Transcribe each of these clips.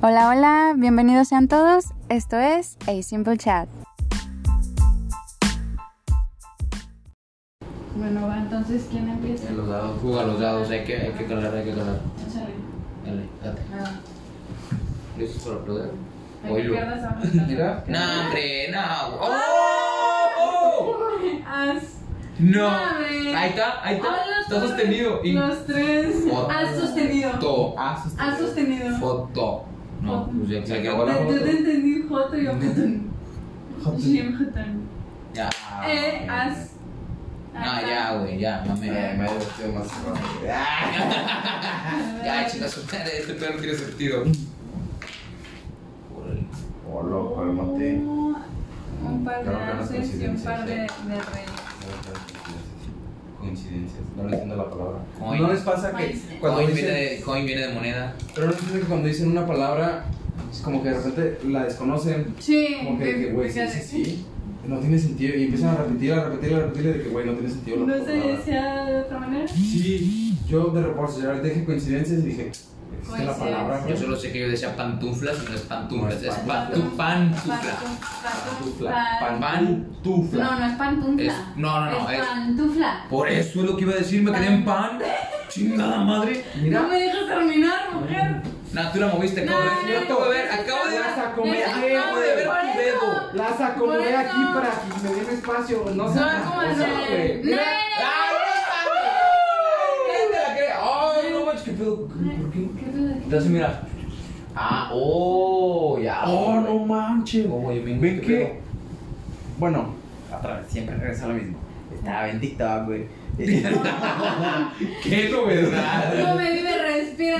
Hola, hola, bienvenidos sean todos. Esto es A Simple Chat. Bueno, va, entonces, ¿quién empieza? En los dados, juega los dados, hay que, hay que calar, hay que calar. Échale. Dale, date. Ah, ¿Listos para aplaudir? hay que Oilo. pierdas a mitad. Mira. No, hombre, no. ¡Oh! Haz- No. Dame. Ahí está, ahí Ah, está. los Está tres. sostenido. Y Los tres. Foto. Has sostenido. Foto. Has sostenido. Foto. No, pues ya que se acabó Yo la yo te foto. entendí Joto y yo Jotun. Jim Jotun. Ya. Eh, has. Ah, No, ya, güey, ya, mame. Me eh. me he divertido más. Ya, chicas, este pedo no tiene sentido. Órale. Oh, loco, el mate. Un par de Creo que no es haces y un par de, de coincidencia, reyes. Coincidencias, no le entiendo la palabra. Coin. ¿No les pasa que Coin. cuando Coin viene dicen, de, coin viene de moneda. pero no les pasa que cuando dicen una palabra es como que de repente la desconocen, Sí, como que, de- de que, güey, sí, fíjate. sí, sí, no tiene sentido y empiezan a repetirla, a repetirla, a repetirla de que güey, no tiene sentido la No se palabra. decía de otra manera. Sí, yo de reposo ya dije coincidencias y dije, existe la palabra. Yo güey? solo sé que yo decía pantuflas y no es pantuflas, No es es pantu- pantufla. Pantufla. Pan- No, Pantufla. no es pantufla. Es- no, no, no, Es es- pantufla. Por eso es lo que iba a decir, me quedé en pan. Chingada madre. No Mira, me dejas terminar, mujer. No, tú la moviste, acabo No, de ver. Acabo de ver, acabo de ver. Vas a Es comer que algo de ver por tu eso. dedo. las Por acomodé eso. aquí para que me den espacio, no sé. No, es como de- No, no, Ay, te la crees. Ay, no manches, qué pedo. ¿Por qué? no, no, no. ¿Qué te- Entonces, mira. Ah, oh, ya. Oh, no manches. Como yo me ¿Ven qué? Bueno, Otra vez, siempre regreso a lo mismo. Estaba en TikTok, güey. ¡Qué novedad! No me vive, respira.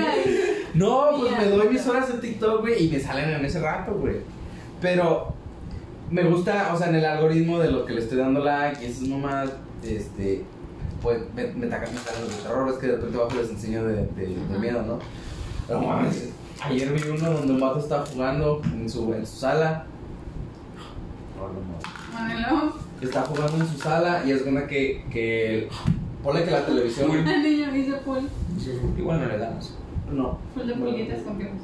No, pues Ya. me doy mis horas en TikTok, güey, y me salen en ese rato, güey. Pero me gusta, o sea, en el algoritmo de lo que le estoy dando like y esas nomás, este, pues me, me tacan mis caras de terror, es que de repente abajo les enseño de, de- de Ajá. miedo, ¿no? Pero mames, ayer vi uno donde un vato estaba jugando en su, en su sala, Manelo. está jugando en su sala y es una que, que, ponle que la televisión, La niña me dice full. Igual no le damos. no, Full de pulguitas con piojos.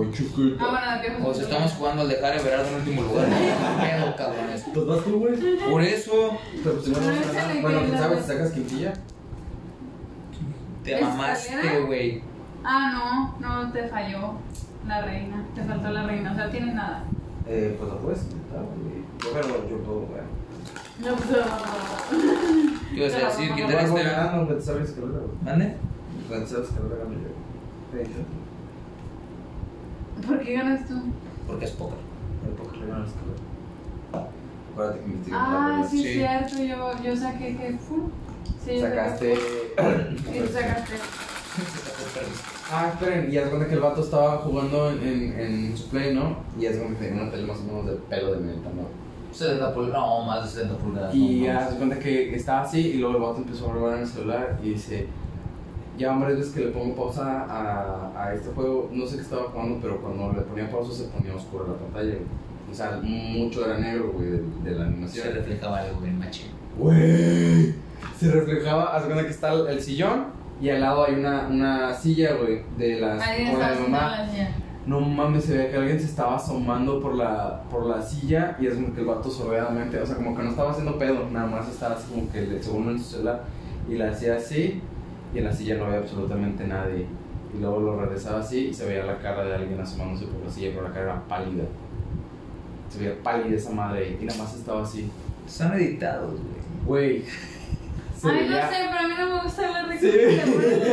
ay, chiquito. Ah, bueno, de piojos. O sea, estamos jugando al dejar a Everardo en último lugar. ¿Qué pedo, cabrones? Pues vas tú, güey. Por eso Pero pues si no, no Pero vas a esa ganar. le Bueno, queda quién sabe la- si sacas quintilla. te ¿Escalera? mamaste, güey. Ah, no, no, te falló la reina. Te faltó la reina. O sea, tienes nada. Eh, pues lo puedes intentar, güey. Yo pero yo puedo, güey. No, pues, no, ¿Qué ibas a decir? Te Yo ¿Quitar voy este? ganando, güey, te sabes escalera, güey. ¿Mande? Te sabes escalera, gano yo. De hecho, no. ¿Por qué ganas tú? Porque es poker. el poker le gana la escalera. Acuérdate que investigué Ah, sí, Sí. cierto. Yo, yo saqué que full. Sí, yo saqué Sacaste. full. Y tú sacaste. Ah, esperen, y haz cuenta que el vato estaba jugando en, en, en su play, ¿no? Y haz cuenta que tenía una tele más o menos de pelo de mi ventana. 70 pulgadas. No, más de 70 pulgadas. Ah, no, Y ya más. se cuenta que estaba así y luego el vato empezó a grabar en el celular y dice, ya varias veces que le pongo pausa a, a este juego, no sé qué estaba jugando, pero cuando le ponía pausa se ponía oscura la pantalla. güey. O sea, mucho era negro, güey, de, de Se la animación. reflejaba algo en machín. Güey, se reflejaba, haz cuenta que está el, el sillón y al lado hay una, una silla, güey, de las... Ahí como estaba la de haciendo mamá. la señal. No mames, se veía que alguien se estaba asomando por la, por la silla y es como que el vato sordeadamente, o sea, como que no estaba haciendo pedo, nada más estaba así como que le según en su celular y la hacía así y en la silla no había absolutamente nadie. Y luego lo regresaba así y se veía la cara de alguien asomándose por la silla, pero la cara era pálida. Se veía pálida esa madre y nada más estaba así. Están editados, güey. Güey. se Ay, no veía- sé, pero a mí no me gusta la Sí. recompensa.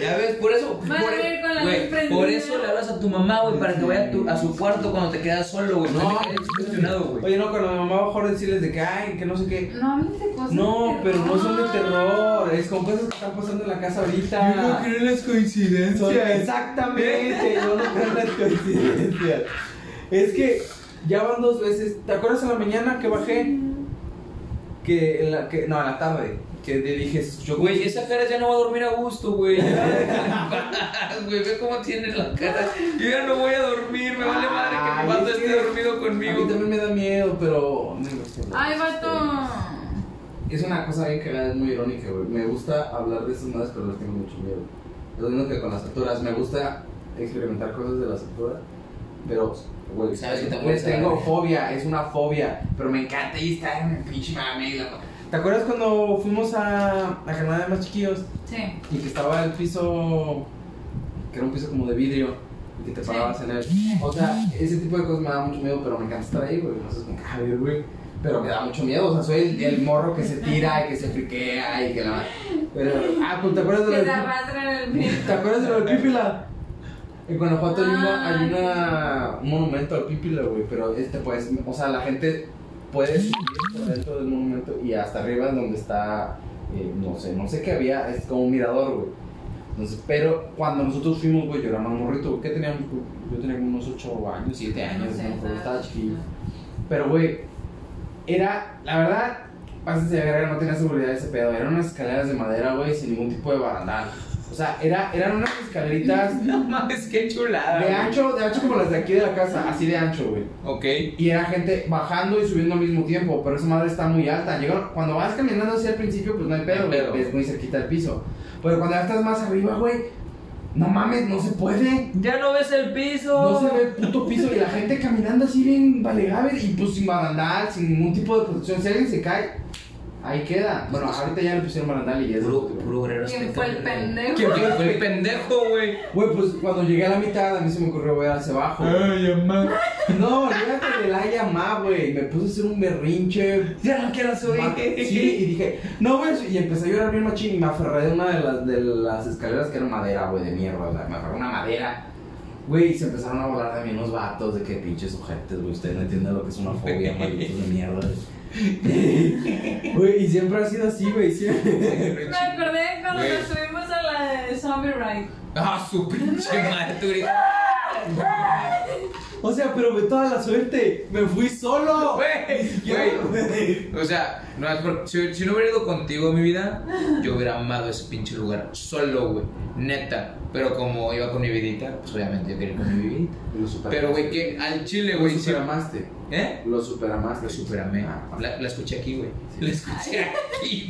Ya ves, por eso. Van a por, ver con la güey, luz prendida. por eso le hablas a tu mamá, güey, para que vaya a, tu- a su cuarto cuando te quedas solo, güey. No, No. te quedes cuestionado, güey. Oye, no, cuando mi mamá bajó a decirles de que, ay, que no sé qué. No, a mí se cosas. No, de pero no son de terror. terror, es como cosas que están pasando en la casa ahorita. creo en las coincidencias. Son- exactamente, yo no creo en las coincidencias. Es que ya van dos veces, ¿te acuerdas en la mañana que bajé? Que en la que no, en la tarde, que te dije, yo Güey, esa cara ya no va a dormir a gusto, güey. Ya, Güey, ve cómo tiene la cara. Yo ya no voy a dormir, me vale madre que Ay, mi vato es que- esté dormido a mí conmigo. también me da miedo, pero no me Ay, vato. Es una cosa bien cagada, es muy irónica, güey. Me gusta hablar de esas madres, pero les tengo mucho miedo. Lo mismo que con las alturas, me gusta experimentar cosas de la cultura. Pero, güey, Sabes que le te mueres a la tengo verga. fobia, es una fobia. Pero me encanta y estar en el pinche mame. y la- ¿Te acuerdas cuando fuimos a la jornada de más chiquillos? Sí. Y que estaba el piso, que era un piso como de vidrio, y que te Sí. parabas en él. O sea, ese tipo de cosas me da mucho miedo, pero me encanta estar ahí, güey. No sé, como, "Ah, güey. Pero me da mucho miedo, o sea, soy el, el morro que se tira y que se friquea y que la. Pero, ah, pues te acuerdas de Que lo se del- arrastra en el piso. ¿Te acuerdas de lo del Pípila? En Guanajuato hay, una, Ah, hay una, un monumento al Pípila, güey, pero este pues, o sea, la gente puede subir por dentro del monumento y hasta arriba es donde está, eh, no sé, no sé qué había, es como un mirador, güey. Entonces, pero cuando nosotros fuimos, güey, yo era más morrito, güey, ¿qué teníamos? Yo tenía como unos 8 años, 7 años, No sé, ¿no? Pero nada. estaba chiquillo. Pero, güey, era, la verdad, pásense de verga, no tenía seguridad ese pedo. Eran unas escaleras de madera, güey, sin ningún tipo de barandal. O sea, era, eran unas escaleritas No mames, qué chulada. de güey. ancho, de ancho como las de aquí de la casa, así de ancho, güey. Ok. Y era gente bajando y subiendo al mismo tiempo, pero esa madre está muy alta. Llegaron- cuando vas caminando hacia el principio, pues no hay pedo, No hay güey, pedo. es muy cerquita del piso. Pero cuando ya estás más arriba, güey, no mames, no se puede. Ya no ves el piso. No se ve el puto piso y la gente caminando así bien valegabe y pues sin barandal, sin ningún tipo de protección. Si alguien se cae, ahí queda. Bueno, ahorita ya le pusieron barandal y ya es Puro, otro. puro obrero ¿Quién azteca, fue el güey. pendejo? ¿Quién fue el pendejo, güey? Güey, pues cuando llegué a la mitad a mí se me ocurrió voy hacia abajo. mamá. No, olvídate de la llamada, güey. Me puse a hacer un berrinche. Ya no quiero ma- Sí, y dije, no, güey. Y empecé a llorar bien machín y me aferré de una de las, de las escaleras que era madera, güey, de mierda. la- Me aferré a una madera. Güey, y se empezaron a volar de mí unos vatos de que pinches ojetes, güey. Ustedes no entienden lo que es una fobia, malditos de mierda. güey. Güey, y siempre ha sido así, güey. siempre. Me acordé cuando Güey. nos subimos a la de Zombie Ride. Ah, su pinche madre. O sea, pero de toda la suerte. Me fui solo. Güey, güey. O sea, no, es por- si, si no hubiera ido contigo en mi vida, yo hubiera amado ese pinche lugar. Solo, güey. Neta. Pero como iba con mi vidita, pues obviamente yo quería ir con mi vidita. Lo superaste. Pero, güey, que al chile, Lo güey. sí- superamaste. ¿Eh? Lo superamaste. Lo superamé. Pues, Ah, La, la escuché aquí, güey. La escuché aquí,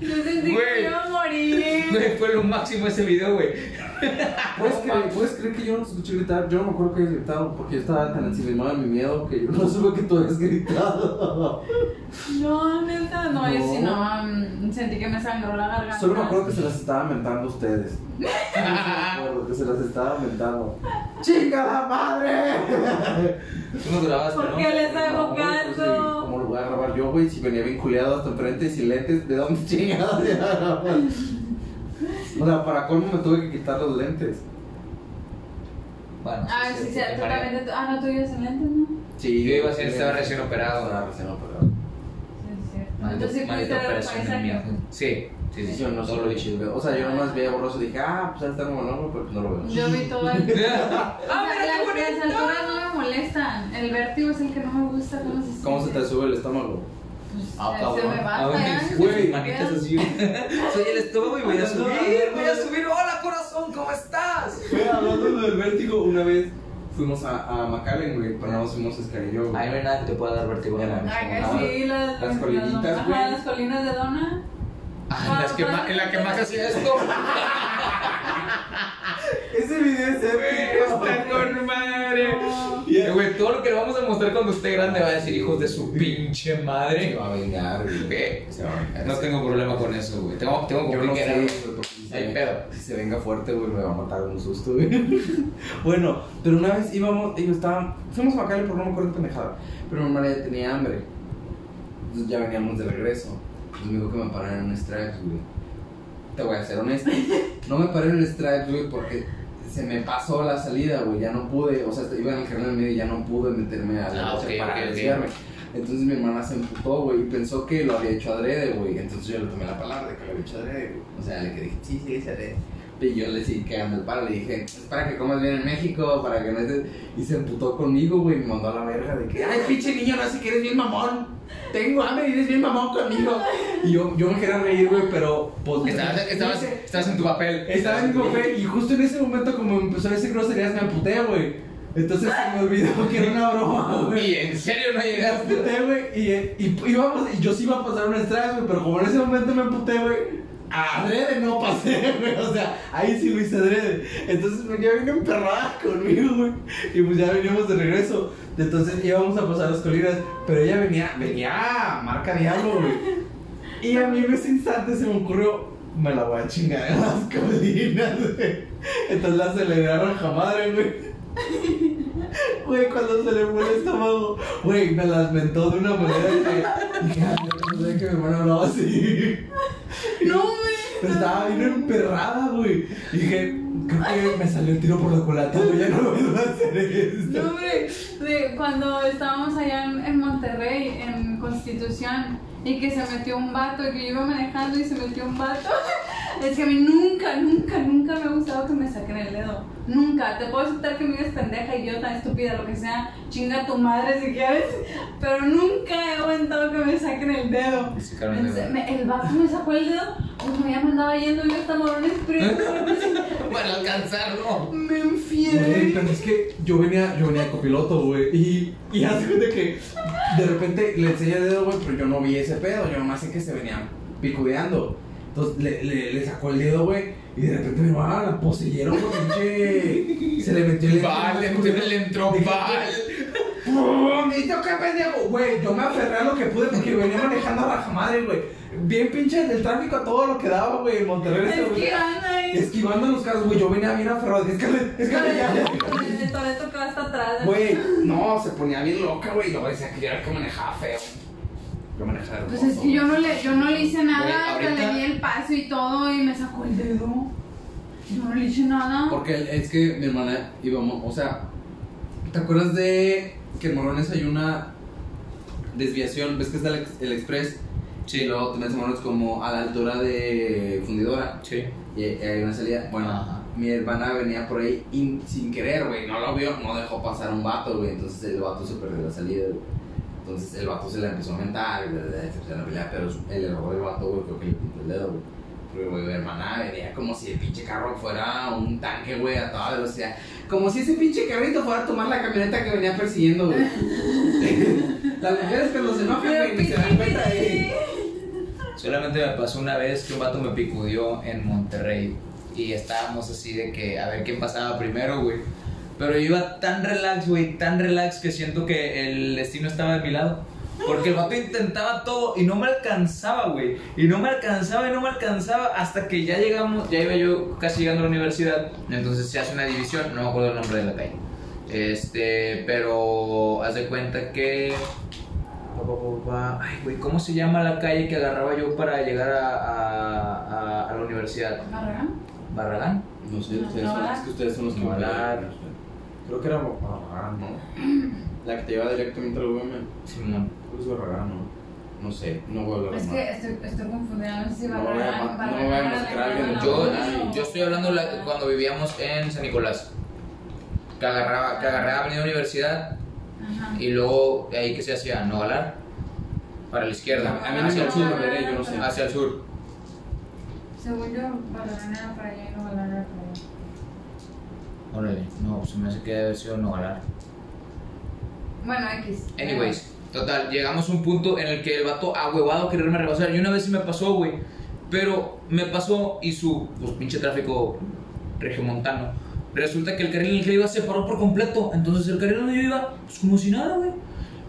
Yo sentí Güey. que iba a morir. güey. Fue lo máximo ese video, güey. ¿Puedes creer, puedes creer que yo no te escuché gritar? Yo no me acuerdo que hayas gritado porque yo estaba tan ensimismado en mi miedo que yo no supe que tú habías gritado. No, neta, no, yo sí No. no. mm, Sentí que me sangró la garganta. Solo me acuerdo que se las estaba mentando a ustedes. Solo me acuerdo que se las estaba mentando. ¡Chinga la madre! Tú no grabaste, ¿Por ¿no? qué les hago No, güey, pues, sí, caso? ¿Cómo lo voy a grabar yo, güey? Si venía bien culiado hasta enfrente y sin lentes, ¿de dónde chingados iba a grabar? O sea, para colmo me tuve que quitar los lentes. Bueno, Ah, sí, sí, tú también. te- Ah, no, tú ibas en lentes, ¿no? Sí, Yo iba a ser- estaba recién operado. Estaba recién operado. Sí, es cierto. Maldita- Entonces, maldita fuiste a los operación en mi paisajes. ojo. Sí, sí, sí. Yo no todo sé, lo he hecho. O sea, yo nomás veía borroso y dije, ah, pues ahí está como el hombro, pero pues no lo veo. Yo vi todo el. Ah, O sea, mira, qué las, las bonito. alturas no me molestan. El vértigo es el que no me gusta. ¿Cómo se, ¿Cómo se te siente? sube el estómago? Pues, Ah, se- se cabrón. me Ah, baja. güey, ¿eh? güey, Se manitas me así. Soy el estómago y voy a subir, voy a subir. Hola, corazón, ¿cómo estás? Güey, hablando del vértigo, una vez fuimos a, a McAllen, güey, pero no fuimos a Escarillo, Ay, no hay nada que te pueda dar vértigo. Ya, ¿no? no. Ay, sí, las, Las colinitas, ajá, güey. las colinas de Dona. Ah, en, las que ma- en la que más hacía esto. Ese video es Está con madre. Eh, Güey, todo lo que le vamos a mostrar cuando esté grande va a decir hijos de su pinche Se madre. va a vengar, güey. ¿Qué? Se va a vengar. No tengo problema con eso, güey. Tengo, tengo Yo con no qué sé, quedar. güey, porque si Hay se- pedo. Si se venga fuerte, güey, me va a matar de un susto, güey. bueno, pero una vez íbamos, y yo estaba, fuimos a Macale por no me acuerdo qué pendejada, pero mi hermana ya tenía hambre. Entonces ya veníamos de regreso. Entonces me dijo que me parara en un Stripes, güey. Te voy a ser honesto. No me paré en el Stripes, güey, porque se me pasó la salida, güey. Ya no pude, o sea, iba en el carril del medio y ya no pude meterme a la Ah, noche ok, para ok, ok. desviarme. Entonces mi hermana se emputó, güey, y pensó que lo había hecho adrede, güey. Entonces yo le tomé la palabra de que lo había hecho adrede, güey. O sea, le que dije, sí, sí, es adrede. Y yo le seguí cagando el palo, le dije, es para que comas bien en México, para que no estés... Y se emputó conmigo, güey, y me mandó a la verga de que, ay, pinche niño, no sé que eres bien mamón. Tengo hambre y eres bien mamón conmigo. Y yo, yo me quería reír, güey, pero... Pues, Estabas, estabas, estabas en tu papel. estaba en mi papel y justo en ese momento como empezó a decir groserías me amputé, güey. Entonces se me olvidó que era una broma, güey. Y en serio no Me llegaste. amputé, güey, y, y, íbamos- y yo sí iba a pasar un estrés, güey, pero como en ese momento me amputé, güey, adrede no pasé, güey. O sea, ahí sí lo hice adrede. Entonces pues, ya vino emperrada conmigo, güey. Y pues ya veníamos de regreso. Entonces íbamos a pasar las colinas. Pero ella venía, venía, marca diablo, güey. Y a mí en ese instante se me ocurrió, me la voy a chingar en las colinas, güey. Entonces la aceleré a rajamadre, güey. Güey, cuando se le fue el estómago, güey, me las mentó de una manera que. Dije, "Ah, yo no sé que mi hermano hablaba así. No, güey. Pero estaba bien emperrada, güey. Dije, creo que me salió el tiro por la culata, güey. Ya no voy a hacer No, esto. hombre, de cuando estábamos allá en, en Monterrey, en Constitución, y que se metió un vato, y que yo iba manejando y se metió un vato. Es que a mí nunca, nunca, nunca me ha gustado que me saquen el dedo. Nunca. Te puedo aceptar que me digas pendeja, idiota, estúpida, lo que sea. Chinga tu madre si quieres. Pero nunca he aguantado que me saquen el dedo. Me sacaron el dedo. Me- el vato me sacó el dedo. Pues me andaba yendo y yo hasta morones Para alcanzarlo. Me Güey, enfié. pero es que yo venía, yo venía copiloto, güey. Y, y hace cuenta que de repente le enseñé el dedo, güey, pero yo no vi ese pedo. Yo nomás sé que se venían picudeando. Entonces le, le, le sacó el dedo, güey. Y de repente me va, la poseyero, güey, pinche. Se le metió el dedo. Vale, entonces le entró mal. ¡Pum! ¿Y yo qué pendejo? Güey, yo me aferré a lo que pude porque venía manejando a rajamadre, güey. Bien pinche el tráfico a todo lo que daba, güey, en Monterrey. Es güey. que anda ahí. Esquivando los carros, güey. Yo venía bien aferrado. Dije, Escale, escale, ya, ya. El Toreto que va hasta atrás. Güey, no, se ponía bien loca, güey. Luego decía que yo era el que manejaba feo. Yo manejaba hermoso. Pues es que yo no le, yo no le hice Güey, nada, hasta ahorita- le di el paso y todo y me sacó el dedo. Yo no le hice nada. Porque es que mi hermana íbamos, o sea, ¿te acuerdas de que en Morones hay una desviación? ¿Ves que está el, ex- el express? Sí. Y luego te metes en Morones como a la altura de Fundidora. Sí. Y y hay una salida. Bueno, Ajá. mi hermana venía por ahí in- sin querer, güey. No lo vio, no dejó pasar un vato, güey. Entonces el vato se perdió la salida, güey. Entonces el vato se la empezó a mentar, y bla, bla, bla, se empezó a pelear, pero su- el error del vato, güey, creo que le pintó el dedo, güey. Pero, güey, mi hermana venía como si el pinche carro fuera un tanque, güey, a toda velocidad. Como si ese pinche carrito fuera a tomar la camioneta que venía persiguiendo, güey. Las mujeres que los enojan, güey, ni se dan cuenta eh. de Solamente me pasó una vez que un vato me picudió en Monterrey y estábamos así de que a ver quién pasaba primero, güey. Pero yo iba tan relax, güey, tan relax que siento que el destino estaba de mi lado. Porque el vato intentaba todo y no me alcanzaba, güey. Y no me alcanzaba y no me alcanzaba hasta que ya llegamos, ya iba yo casi llegando a la universidad. Entonces se hace una división, no me acuerdo el nombre de la calle. Este, pero haz de cuenta que Pa, pa, pa, pa. Ay, güey, ¿cómo se llama la calle que agarraba yo para llegar a, a- a- a la universidad? ¿Barragán? ¿Barragán? No sé, ustedes son- es que ustedes son los que van a- Creo que era Barragán, ¿no? La que te lleva directamente al UVM. Simón. Creo que es Barragán, ¿no? No sé, no voy a hablar Es más. que estoy, estoy confundida, no sé si No voy a Barragán. ma- no voy a Barragán, mostrar a alguien. Barragán, Yo, Barragán. yo estoy hablando la- cuando vivíamos en San Nicolás. Que agarraba, que agarraba Avenida Universidad Ajá. y luego de ahí que se hacía Nogalar para la izquierda, A mí no me hacia el sur, gusta ver, yo no sé. hacia el sur. Según yo, Barragán era para allá y no Barragán era para allá. Órale, no, se me hace que debe haber sido Nogalar. Bueno, X. Anyways, total, llegamos a un punto en el que el vato ahuevado quererme rebasar. Y una vez sí me pasó, güey. Pero me pasó y su pues, pinche tráfico regiomontano. Resulta que el carril en el que iba se paró por completo. Entonces el carril donde yo iba, pues como si nada, güey.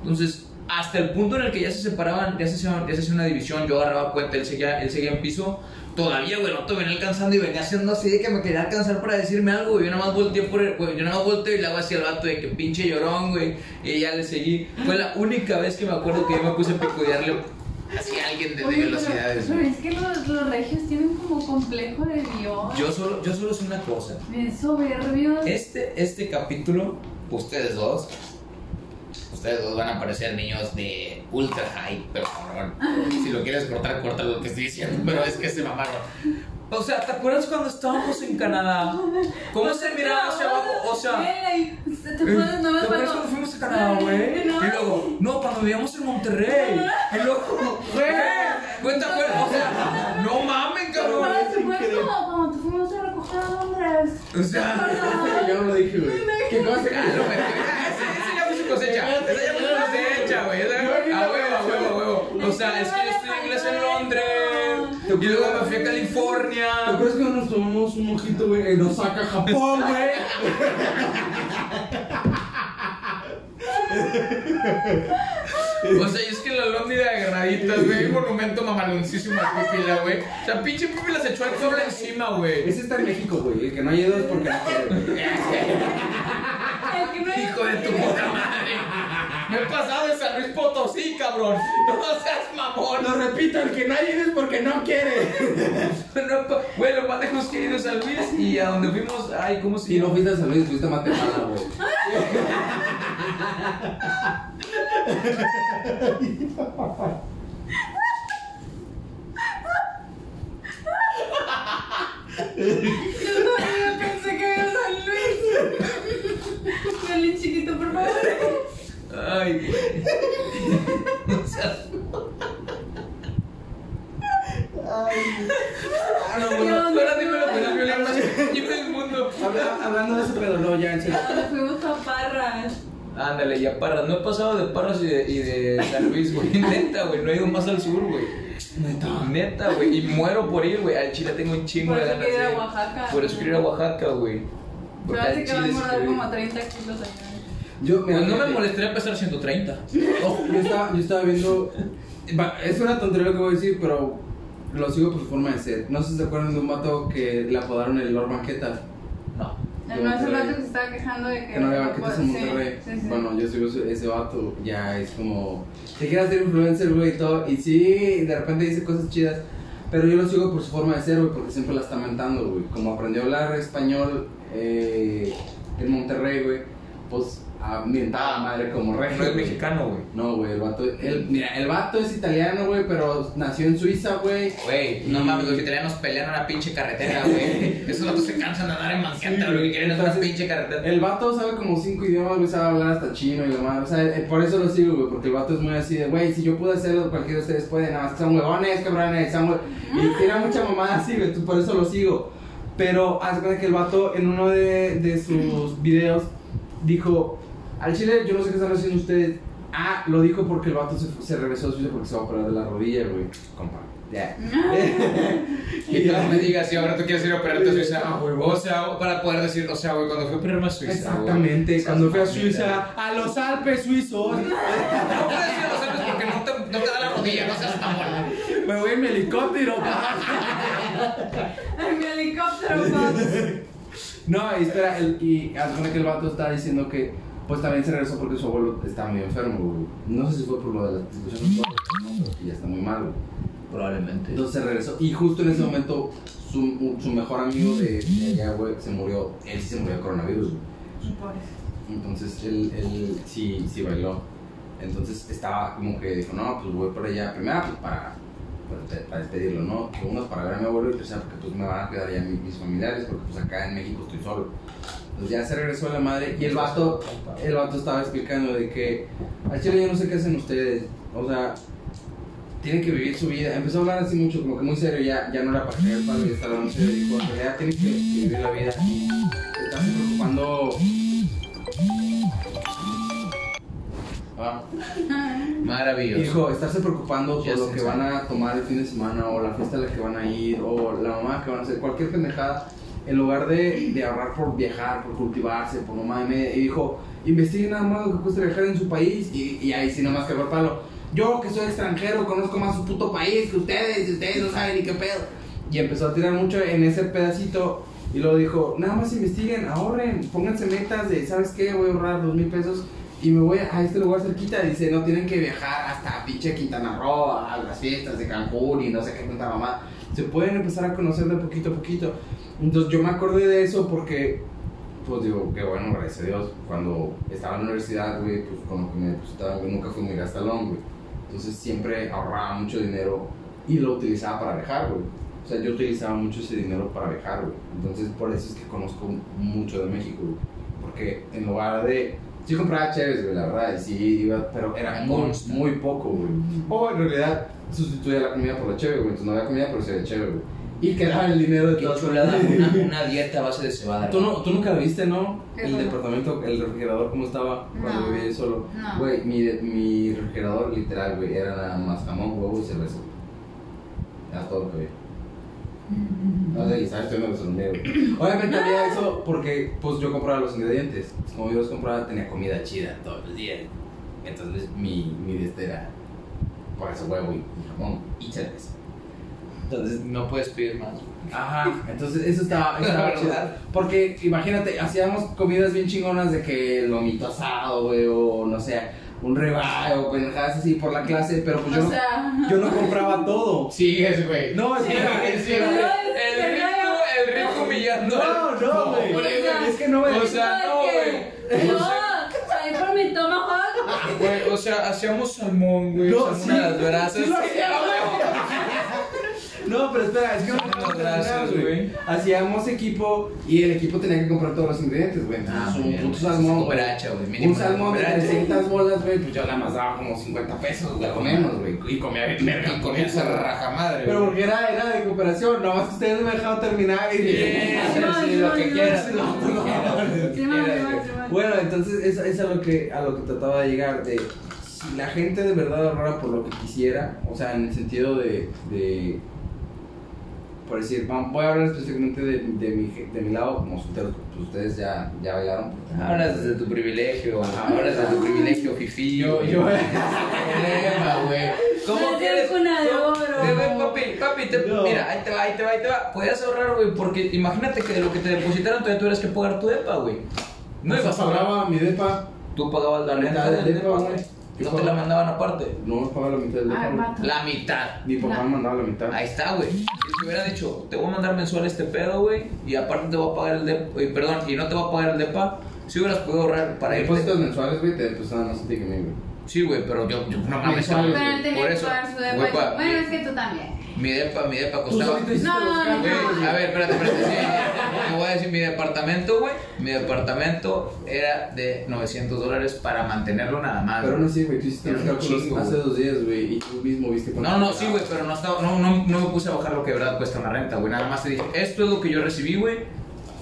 Entonces, hasta el punto en el que ya se separaban, ya se hacía, ya se hacía una división, yo agarraba cuenta, él seguía, él seguía en piso. Todavía, güey, no te venía alcanzando y venía haciendo así de que me quería alcanzar para decirme algo, güey. Yo nada más volteé por el, güey, yo nada más volteé y le hago así al vato de que pinche llorón, güey. Y ya le seguí. Fue la única vez que me acuerdo que yo me puse a picudearle así a alguien desde Oye, pero- velocidades, Pero, güey. es que los, los regios tienen como complejo de Dios. Yo solo, yo solo sé una cosa. Bien soberbios. Este, este capítulo, ustedes dos, ustedes dos van a parecer niños de ultra high, pero cabrón. Si lo quieres cortar, corta lo que estoy diciendo, pero es que se mamaron. O sea, ¿te acuerdas cuando estábamos en Canadá? ¿Cómo se miraba hacia abajo? O sea, Ey, ¿Te acuerdas? No me ¿te acuerdas cuando fuimos a Canadá, güey? No. Y luego, no, cuando vivíamos en Monterrey. Y luego, güey, güey, ¿te acuerdas? O sea, no mamen, ¿Te cabrón. acuerdas? ¿Te acuerdas cuando- cuando te fuimos a recoger a Londres? O sea. Yo no lo dije, güey. ¿Qué cosa? Ah, no, güey. Esa esa ya fue su cosecha. Esa ya fue su cosecha, güey. Esa- A huevo, a huevo, a huevo. O sea, es que yo estudié inglés en Londres. Y luego me fui a California. ¿Te acuerdas que nos tomamos un mojito, güey, en Osaka, Japón, güey? O sea, y es que la lóndida de granaditas, güey, un monumento mamaloncísimo a Pupila, güey. O sea, pinche Pupila se echó el cobre encima, güey. Ese está en México, güey. El que no ha ido es porque no quiere, güey. El que no es- Hijo de tu puta madre. Me he pasado de San Luis Potosí, cabrón. No seas mamón. Lo repito, el que no ha ido es porque no quiere. No, pa- Güey, lo más lejos que he ido es San Luis y a donde fuimos, ay, ¿cómo se Si no llama? fuiste a San Luis, fuiste a Matemala, güey. Yo todavía pensé que era San Luis. Dale, chiquito, por favor. Ay, güey. No seas- Ah, no, bueno. No, no, Ahora dime lo no. que la viola más pequeña del mundo. Habla- hablando de ese pedo, no, ya, en serio. Nos fuimos a Parras. Ándale, ya Parras. No he pasado de Parras y de, y de San Luis, güey. Neta, güey. No he ido más al sur, güey. Neta. Neta, güey. Y muero por ir, güey. Al Chile tengo un chingo Por de eso ganas. quiero ir a de ir. Oaxaca. Por eso quiero ir a Oaxaca, güey. Pero Porque al hace que va a Chile sí demorar quiero ir. como 30 kilos allá. Yo, mira, Pues no me fíjate. molestaría pesar 130. Ojo, yo estaba, yo estaba viendo. va, Es una tontería lo que voy a decir, pero lo sigo por su forma de ser. No sé si se acuerdan de un vato que le apodaron el Lord Banqueta. No. El más rato que se estaba quejando de que. Que no había banquetas en Sí, Monterrey. sí, sí. Bueno, yo sigo ese, ese vato. Ya es como. Te quieras ser influencer, güey, y todo. Y sí, de repente dice cosas chidas. Pero yo lo sigo por su forma de ser, güey, porque siempre la está mentando, güey. Como aprendió a hablar español eh, en Monterrey, güey, pues a mentar a la madre como rey. No es mexicano, güey. No, güey, el vato, el, mira, el vato es italiano, güey, pero nació en Suiza, güey. Güey, no mames, los italianos pelean una pinche carretera, güey. Esos vatos se cansan de andar en Sí, manqueta, lo que quieren es una entonces, pinche carretera. El vato sabe como cinco idiomas, güey, sabe hablar hasta chino y lo más. O sea, eh, por eso lo sigo, güey, porque el vato es muy así de, güey, si yo pude hacerlo, cualquiera de ustedes puede, nada más que son huevones, cabrones, son hue-". Y tira mucha mamada así, güey, tú- por eso lo sigo. Pero haz de cuenta que el vato en uno de, de sus videos dijo, al chile, yo no sé qué están haciendo ustedes. Ah, lo dijo porque el vato se, fu- se regresó a Suiza porque se va a operar de la rodilla, güey. Compa. Ya. Y tú no me digas, sí, ahora tú quieres ir a operarte a Suiza. Ah, güey, güey. O sea, para poder decir, o sea, güey, cuando fui a operarme a Suiza. Exactamente, güey. cuando fui a Esas mamadas. Suiza, a los Alpes suizos, No puedes ir a los Alpes porque no te, no te da la rodilla, no seas mamón. me voy en mi helicóptero. Ay, mi helicóptero, Fox. No, y espera, el, y haz de cuenta que el vato está diciendo que pues también se regresó porque su abuelo estaba medio enfermo, güey. No sé si fue por lo de la institución y ya está muy mal, güey. Probablemente. Entonces se regresó y justo en ese momento su, un- su mejor amigo de, de allá, güey, se murió, él sí se murió de coronavirus, güey. Pobre. Entonces él, él sí, sí bailó. Entonces estaba como que dijo, no, pues voy por allá. Primera, pues para, pues, de- para despedirlo, ¿no? Segundo, para ver a mi abuelo. Y tercera, porque pues me van a quedar ya mi- mis, familiares, porque pues acá en México estoy solo. Entonces ya se regresó la madre y el vato, el vato estaba explicando de que, al chile yo no sé qué hacen ustedes. O sea, tienen que vivir su vida. Empezó a hablar así mucho, como que muy serio, ya, ya no era para creer, para ya estaba muy serio. Dijo, en realidad tienen que vivir la vida. Te estás preocupando Ah. Y Maravilloso. Dijo, estarse preocupando Ya por lo sé, que sí. van a tomar el fin de semana o la fiesta a la que van a ir o la mamá que van a hacer, cualquier pendejada, en lugar de, de ahorrar por viajar, por cultivarse, por mamá de media. Y dijo, investiguen nada más lo que cuesta viajar en su país y, y ahí sí nada más que por palo. Yo que soy extranjero conozco más su puto país que ustedes y ustedes no saben ni qué pedo. Y empezó a tirar mucho en ese pedacito y luego dijo, nada más investiguen, ahorren, pónganse metas de, ¿sabes qué? Voy a ahorrar dos mil pesos y me voy a este lugar cerquita. Dice, no tienen que viajar hasta pinche Quintana Roo, a las fiestas de Cancún y no sé qué tanta mamá. Se pueden empezar a conocer de poquito a poquito. Entonces yo me acordé de eso porque, pues digo, que bueno, gracias a Dios, cuando estaba en la universidad, güey, pues con lo que me depositaba, güey, nunca fui muy gastalón, güey. Entonces siempre ahorraba mucho dinero y lo utilizaba para viajar, güey. O sea, yo utilizaba mucho ese dinero para viajar, güey. Entonces por eso es que conozco mucho de México, güey. Porque en lugar de Sí compraba chéves, güey, la verdad, y sí iba, pero era muy, Consta. muy poco, güey. O en realidad sustituía la comida por la chévere, güey, entonces no había comida, pero se había chévere, güey. Y quedaba el dinero de Qué todos. chulada, una, una dieta a base de cebada. Tú, no, tú nunca lo viste, ¿no? ¿Qué El cosa? departamento, el refrigerador, ¿cómo estaba cuando No. vivía yo solo? No. Güey, mi, mi refrigerador, literal, güey, era nada más jamón, huevo y cerveza. güey. A todo lo que vi. No sé, quizás estoy en el sonido, güey. Obviamente había eso porque pues yo compraba los ingredientes. Como yo los compraba tenía comida chida todos los días. Entonces mi, mi de este era Por eso huevo y y jamón. y cerveza. Entonces no puedes pedir más. güey. Ajá, entonces eso estaba, estaba ¿Verdad? chido. Porque imagínate, hacíamos comidas bien chingonas de que el lomito asado, güey, o no sé, un ribeye o pendejadas así por la clase, pero pues yo, O no- sea, yo no compraba todo. Sigues, güey. No, es que- Sigues, no, güey. es que El rico, el rico humillando. No, no, güey. por eso. Es que no me. O sea, no, güey. es que- No, ahí por mi tomahawk. Ah, Güey, o sea, hacíamos salmón, güey. No, salmón sí. a las brasas. Sí lo hacía, No, pero espera, es que no me puedo terminar, Gracias, güey. Hacíamos equipo y el equipo tenía que comprar todos los ingredientes, güey. Ah, Entonces, muy un bien. puto Es salmón. güey. cooperacha, güey. mínimo Un salmón de cooperacha. 300 bolas, güey, pues yo nada más daba como 50 pesos, güey, o menos, güey. Y comía bien verga, Y comía esa rajamadre, Pero güey. porque era, era de cooperación, nada más que ustedes no me dejaron terminar y Sí, No, sí, no, lo que no, quieras. no, lo que quieras. Sí, man, sí, man, sí, man. Bueno, entonces es, es a lo que a lo que trataba de llegar de si la gente de verdad ahorrara por lo que quisiera, o sea, en el sentido de, de- por decir, vam- voy a hablar específicamente de, de mi, je- de mi lado como soltero, pues ustedes ya ya bailaron. pues, Ahora es desde tu privilegio, Ajá. ahora es desde tu privilegio, fifi. Yo yo problema, güey. No ¿Cómo es quieres? cuna de ¿Cómo? oro. Te ve, papi, papi, te- No. mira, ahí te va, ahí te va, ahí te va. Podías ahorrar, güey, porque imagínate que de lo que te depositaron todavía tuvieras que pagar tu depa, güey. No o sea, ibas a ahorrar. pagaba mi depa, Tú pagabas la La renta mitad del del depa, depa, güey. güey. No te la mandaban aparte. no me pagaba la mitad del depa. Ay, güey. mato. La mitad. Mi papá La- me mandaba la mitad. Ahí está, güey. Si te hubiera dicho, te voy a mandar mensual este pedo, güey, y aparte te voy a pagar el depa, eh, perdón, y no te voy a pagar el depa, si hubieras podido ahorrar para irte. Depósitos mensuales, güey, te depositaban más a ti que a mí, güey. Sí, güey, pero yo, yo no mames, Mensuales. Pero él tenía Por que eso, pagar su güey, pa- depa. Bueno, es que tú también. mi depa, mi depa Tú costaba. solito hiciste No, los no, cambios, Güey, güey. a ver, espérate, espérate. sí. Te voy a decir mi departamento, güey. Mi departamento era de 900 dólares para mantenerlo nada más. Pero güey. no sí, güey, tú hiciste los Era un cálculos chingo, hace güey. dos días, güey, y tú mismo viste cuánto No, no, te sí, quedaba. güey, pero no, estaba, no, no, no me puse a bajar lo que de verdad cuesta una renta, güey. Nada más te dije, esto es lo que yo recibí, güey.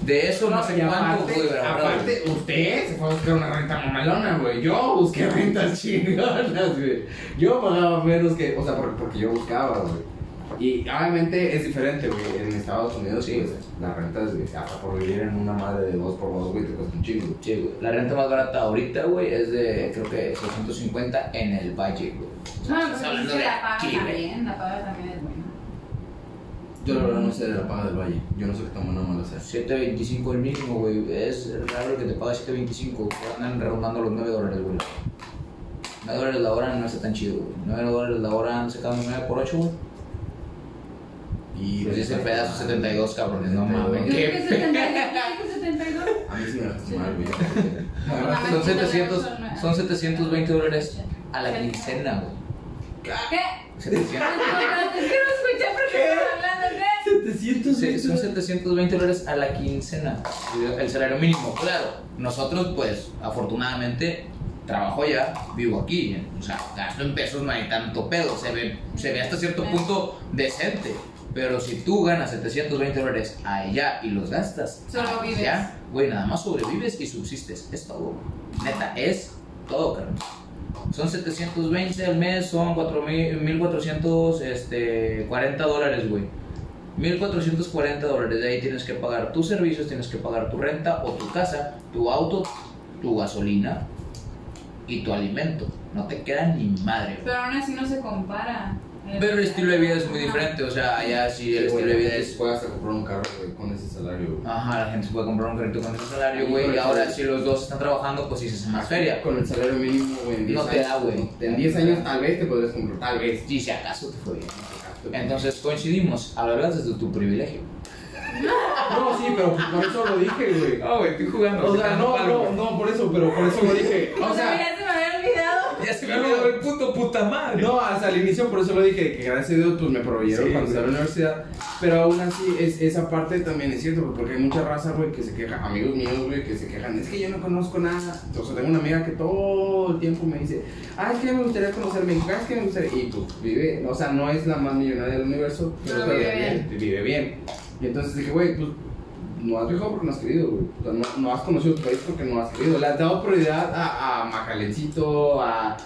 De eso no, sé y cuánto, aparte- güey, la verdad, güey. Aparte, usted se fue a buscar una renta mamalona, güey. Yo busqué rentas chingonas, güey. Yo pagaba menos que. O sea, por- porque, yo buscaba, güey. Y obviamente es diferente, güey. En Estados Unidos, Sí. pues, las rentas, güey, hasta por vivir en una madre de 2 por 2 güey, te cuesta un chingo. Sí, güey. La renta más barata ahorita, güey, es de, creo que 650 en el valle, güey. Bueno, Estás pues hablando es que de la paga aquí, güey. también, la paga también es buena. Yo la verdad no sé de la paga del valle. Yo no sé qué tan buena o mala sea. 7.25 el mínimo, güey. Es raro que te pague 7.25. que Andan rondando los 9 dólares, güey. 9 dólares la hora no está tan chido, güey. 9 dólares la hora no se cambia 9 por 8, güey. Y este Pues ese pedazo 72, cabrones. No mames. Yo creo que Qué 72, yo creo que 72. A mí sí me dejaste mal, güey. Ah, fe- Ah, Son 700, son 720 dólares a la quincena, güey. ¿Qué? 700. Es que no escuché porque estaba hablando, ¿qué? 700 Sí, son 720 dólares a la quincena. El salario mínimo, claro. Nosotros, pues, afortunadamente, trabajo ya, vivo aquí. O sea, gasto en pesos no hay tanto pedo. Se ve, se ve hasta cierto punto decente. Pero si tú ganas 720 dólares allá y los gastas, Solo vives. allá, güey, nada más sobrevives y subsistes. Es todo. Neta, es todo, carnal. Son 720 al mes, son 4.440 este, dólares, güey. 1.440 dólares, de ahí tienes que pagar tus servicios, tienes que pagar tu renta o tu casa, tu auto, tu gasolina y tu alimento. No te queda ni madre, güey. Pero aún así no se compara. Pero el estilo de vida es muy diferente, o sea, allá sí el estilo de vida es... Puedes hasta comprar un carro, güey, con ese salario, güey. Ajá, la gente se puede comprar un crédito con ese salario, güey, y ahora si los dos están trabajando, pues sí se hace más feria. Con el salario mínimo, güey, en 10 No años. te da, güey. En 10 años tal vez te podrías comprar. Tal vez. Y si acaso te fue bien. Entonces coincidimos, hablas desde tu privilegio. No, sí, pero por eso lo dije, güey. Ah, güey, estoy jugando. O sea, no, no, no, por eso, pero por eso lo dije. O O sea, sea, ya se me había olvidado. Ya se me olvidó el punto puta madre. no, hasta el inicio por eso lo dije, que gracias a Dios pues me proveyeron Sí, cuando estaba en la universidad. Pero aún así, es, esa parte también es cierto, güey, porque hay mucha raza, güey, que se queja, amigos míos, güey, que se quejan, es que yo no conozco nada. O sea, tengo una amiga que todo el tiempo me dice, ah, es que me gustaría conocer México, ah, es que me gustaría... Y pues vive, o sea, no es la más millonaria del universo, pero, Pero vive todavía bien. bien, vive bien. Y entonces dije, güey, pues no has viajado porque no has querido, güey. O sea, no, no has conocido tu país porque no has querido. Le has dado prioridad a, a Macalencito, a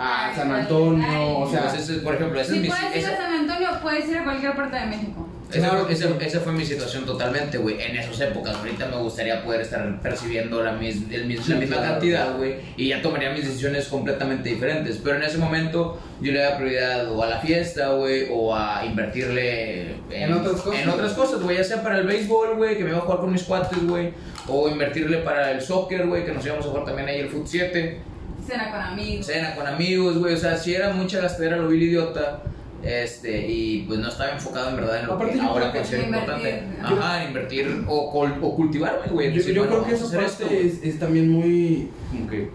a Ay, San güey, ay. Antonio, o O sea, sea, ese es- por ejemplo, esa es Si mi. puedes ir esa- a San Antonio, puedes ir a cualquier parte de México. Esa, Claro que esa- sí. esa fue mi situación totalmente, güey, en esas épocas. Ahorita me gustaría poder estar percibiendo la, mis- el mis- Sí, la misma claro. cantidad, güey, y ya tomaría mis decisiones completamente diferentes. Pero en ese momento yo le daba prioridad o a la fiesta, güey, o a invertirle en, En otras cosas. en otras cosas, güey, ya sea para el béisbol, güey, que me iba a jugar con mis cuates, güey, o invertirle para el soccer, güey, que nos íbamos a jugar también ahí el Foot 7 Cena con amigos. cena con amigos, güey. O sea, si era mucha gastadera, lo vi el idiota. Este, y pues no estaba enfocado en verdad en lo Aparte, que yo ahora creo que considero invertir, importante. ¿no? Ajá, invertir o, col- o cultivarme, güey. yo, decir, yo bueno, creo que vamos a esa hacer parte esto, güey. es, es también muy como que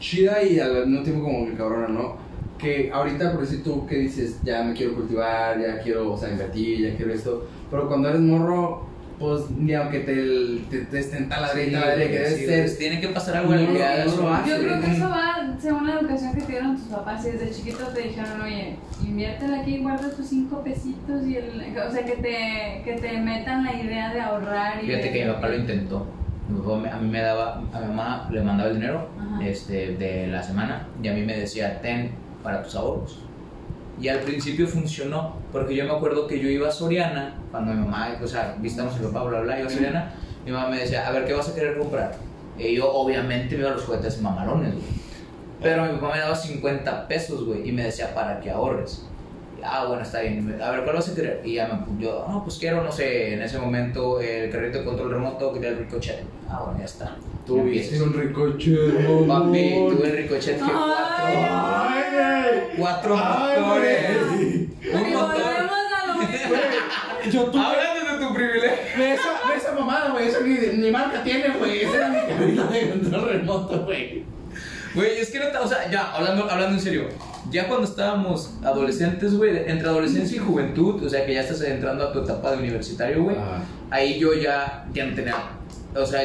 chida y al mismo tiempo como que cabrona, ¿no? Que ahorita, por decir tú que dices, ya me quiero cultivar, ya quiero, o sea, invertir, ya quiero esto, pero cuando eres morro, pues ni aunque te, te, te estén Sí, taladrita, madre, que güey, debe sí, ser güey. Tiene que pasar algo en No, el que no hagas lo un- haces. Yo creo que eso va según la educación que te dieron tus papás. Si desde chiquito te dijeron, oye, inviértela aquí, guarda tus cinco pesitos. y el, O sea, que te, que te metan la idea de ahorrar. Y Fíjate de- que mi papá lo intentó. Mi papá me- a mí me daba, a mi mamá le mandaba el dinero Ajá. este, de la semana y a mí me decía, ten para tus ahorros. Y al principio funcionó, porque yo me acuerdo que yo iba a Soriana, cuando mi mamá, o sea, visitamos a mi papá, bla, bla, bla, iba a Soriana, mi mamá me decía, a ver, ¿qué vas a querer comprar? Y yo obviamente me iba a los juguetes mamalones, güey. Pero mi papá me daba 50 pesos, güey, y me decía, para que ahorres. Ah, bueno, está bien. A ver, ¿cuál vas a querer? Y ya me pu- yo, no, pues quiero, no sé, en ese momento el carrito de control remoto, quería el ricochet. Ah, bueno, ya está. Tú viste un ricochet, mamón. Papi, tuve el ricochet que cuatro, Ay, cuatro Ay, motores. Un Y motor. volvemos a lo mismo. güey. Yo tuve Hablando de tu privilegio. Ve esa, ve esa mamada, güey. Eso ni, ni marca tiene, güey. Ese era mi camino de control remoto, güey. Güey, es que no, ta- o sea, ya, hablando, hablando en serio. Ya cuando estábamos adolescentes, güey, entre adolescencia y juventud, o sea, que ya estás entrando a tu etapa de universitario, güey. ahí yo ya, ya no tenía, o sea,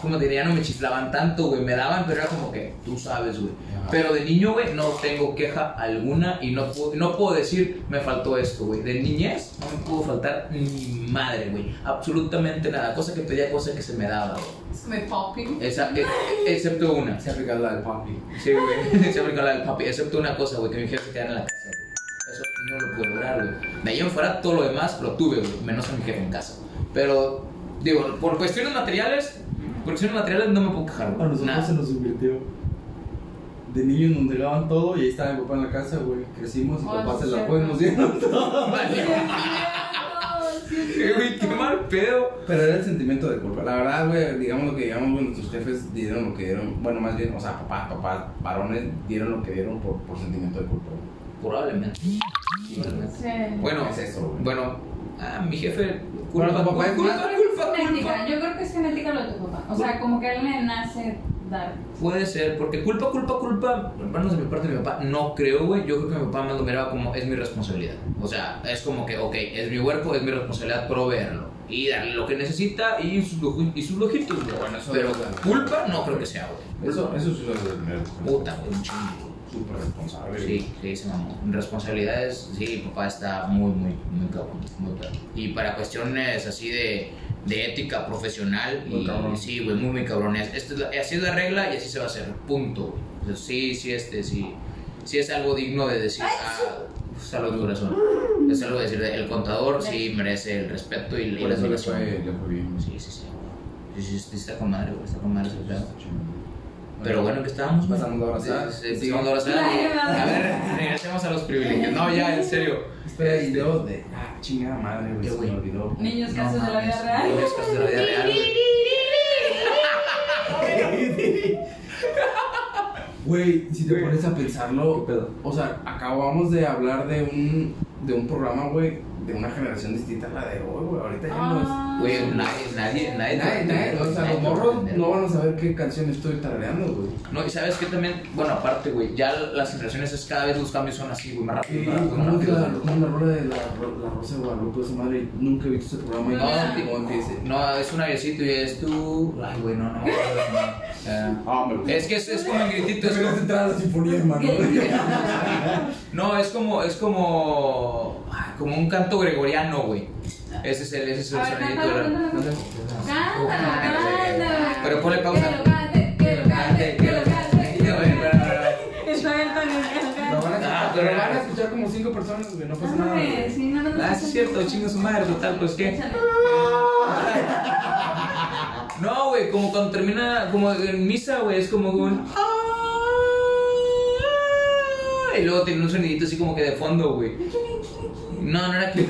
como diría, no me chislaban tanto, güey, me daban, pero era como que, tú sabes, güey. Ajá. Pero de niño, güey, no tengo queja alguna y no puedo, no puedo decir, me faltó esto, güey. De niñez no me pudo faltar ni madre, güey. Absolutamente nada. Cosa que pedía, cosa que se me daba, güey. Me popping. Esa- e- e- excepto una. Se aplicó la del papi. Sí, güey. Se aplicó la del papi. Excepto una cosa, güey, que mi jefe se quedara en la casa, güey. Eso no lo pude lograr, güey. De ahí en fuera todo lo demás lo tuve, güey. Menos a mi jefe en casa. Pero, digo, por cuestiones materiales, por cuestiones materiales no me puedo quejar, A güey. nosotros Nada. se nos invirtió. De niños nos negaban todo y ahí estaba mi papá en la casa, güey. Crecimos y Oh, papá sí, se la cierto. fue y nos dieron todo. Sí, es Vale. cierto, sí es Eh, Güey, qué cierto. mal pedo. Pero era el sentimiento de culpa. La verdad, güey, digamos lo que digamos, güey, nuestros jefes dieron lo que dieron. Bueno, más bien, o sea, papá, papá, varones dieron lo que dieron por, por sentimiento de culpa. güey. Probablemente. Probablemente. Sí. Bueno, Es eso, güey. bueno, ah, mi jefe. Bueno, tu Culpa, papá culpa, es Yo culpa, creo que es culpa, genética, Yo creo que es genética lo de tu papá. O sea, como que a él le nace dar. Puede ser, porque culpa, culpa, culpa, al menos de mi parte de mi papá, no creo, güey. Yo creo que mi papá más lo miraba como es mi responsabilidad. O sea, es como que, ok, es mi cuerpo, es mi responsabilidad proveerlo y darle lo que necesita y sus, lujo- y sus lujitos, güey. Bueno, eso Pero es verdad. culpa no creo que sea, güey. Eso, eso sí lo es del mero. Puta, güey, un chingo. Súper responsable. Sí, sí, se mamó. Responsabilidades, sí, mi papá está muy, muy, muy cabrón, muy cabrón. Y para cuestiones así de, de ética profesional, Muy y, cabrón. sí, güey, muy, muy cabrón. Es- esta es la- así es la regla y así se va a hacer, punto. güey. Entonces, sí, sí, este, sí, sí es algo digno de decir, ah, salud corazón. Es algo de decir, el contador sí merece el respeto y, la- y Por la eso le admiración. fue, le fue bien. Sí, sí, sí. Sí, sí, sí, está con madre, güey, está con madre ese pedo. Chingón. Pero bueno, que estábamos? Pasamos ahora Sí, abrazar. sí, sí, vamos a abrazar. Ay, va. A ver, ¿eh? regresemos a los privilegios. No, ya, en serio. Espera, y luego de. Ah, chingada madre, güey. Qué Se güey. me olvidó. Niños No casos de la vida mames, real. niños casos de la vida real, güey. Güey, si te pones a pensarlo, o sea, acabamos de hablar de un, de un programa, güey, de una generación distinta a la de hoy, güey. Ahorita ya no es. Ah. Güey, nadie, nadie, nadie. Nadie, nadie, o sea, los te va a morros entender. no van a saber qué canción estoy tarareando, güey. No, y sabes que también, bueno, aparte, güey, ya las generaciones es cada vez los cambios son así, güey, más rápido, Sí, más rápido, más ¿Cómo que rápido. la, cómo la rola de la, la Rosa de Guadalupe, esa madre? Nunca he visto ese programa y No, no sé sí. cómo empieza. No, es un airecito y es tú. Ay, güey, no, no. no, no. Ah, me Eh, es que es, es como en gritito, es Te como- a entrar a la sinfonía, hermano. No, es como, es como, ay, como un canto gregoriano, güey. Ese es el, ese es A el ver, sonidito. cántalo, de la- cántalo. Cántalo, cántalo. Pero ponle pausa. Que lo cante, que lo cante, que lo cante. No, güey, pero- Está bien, está bien. Ah, Pero van a escuchar como cinco personas, güey, no pasa nada. Ándale, güey. sí, no, no, no. Ah, sí es cierto, chinga su madre, total, pues, ¿qué? Échale. No, güey, como cuando termina, como en misa, güey, es como un. Y luego tiene un sonidito así como que de fondo, güey. No, no era que.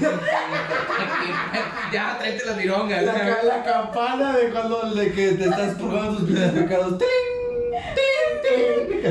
ya, tráete las virongas. La, ca- la campana de cuando de que te estás purgando tus pinches pecados.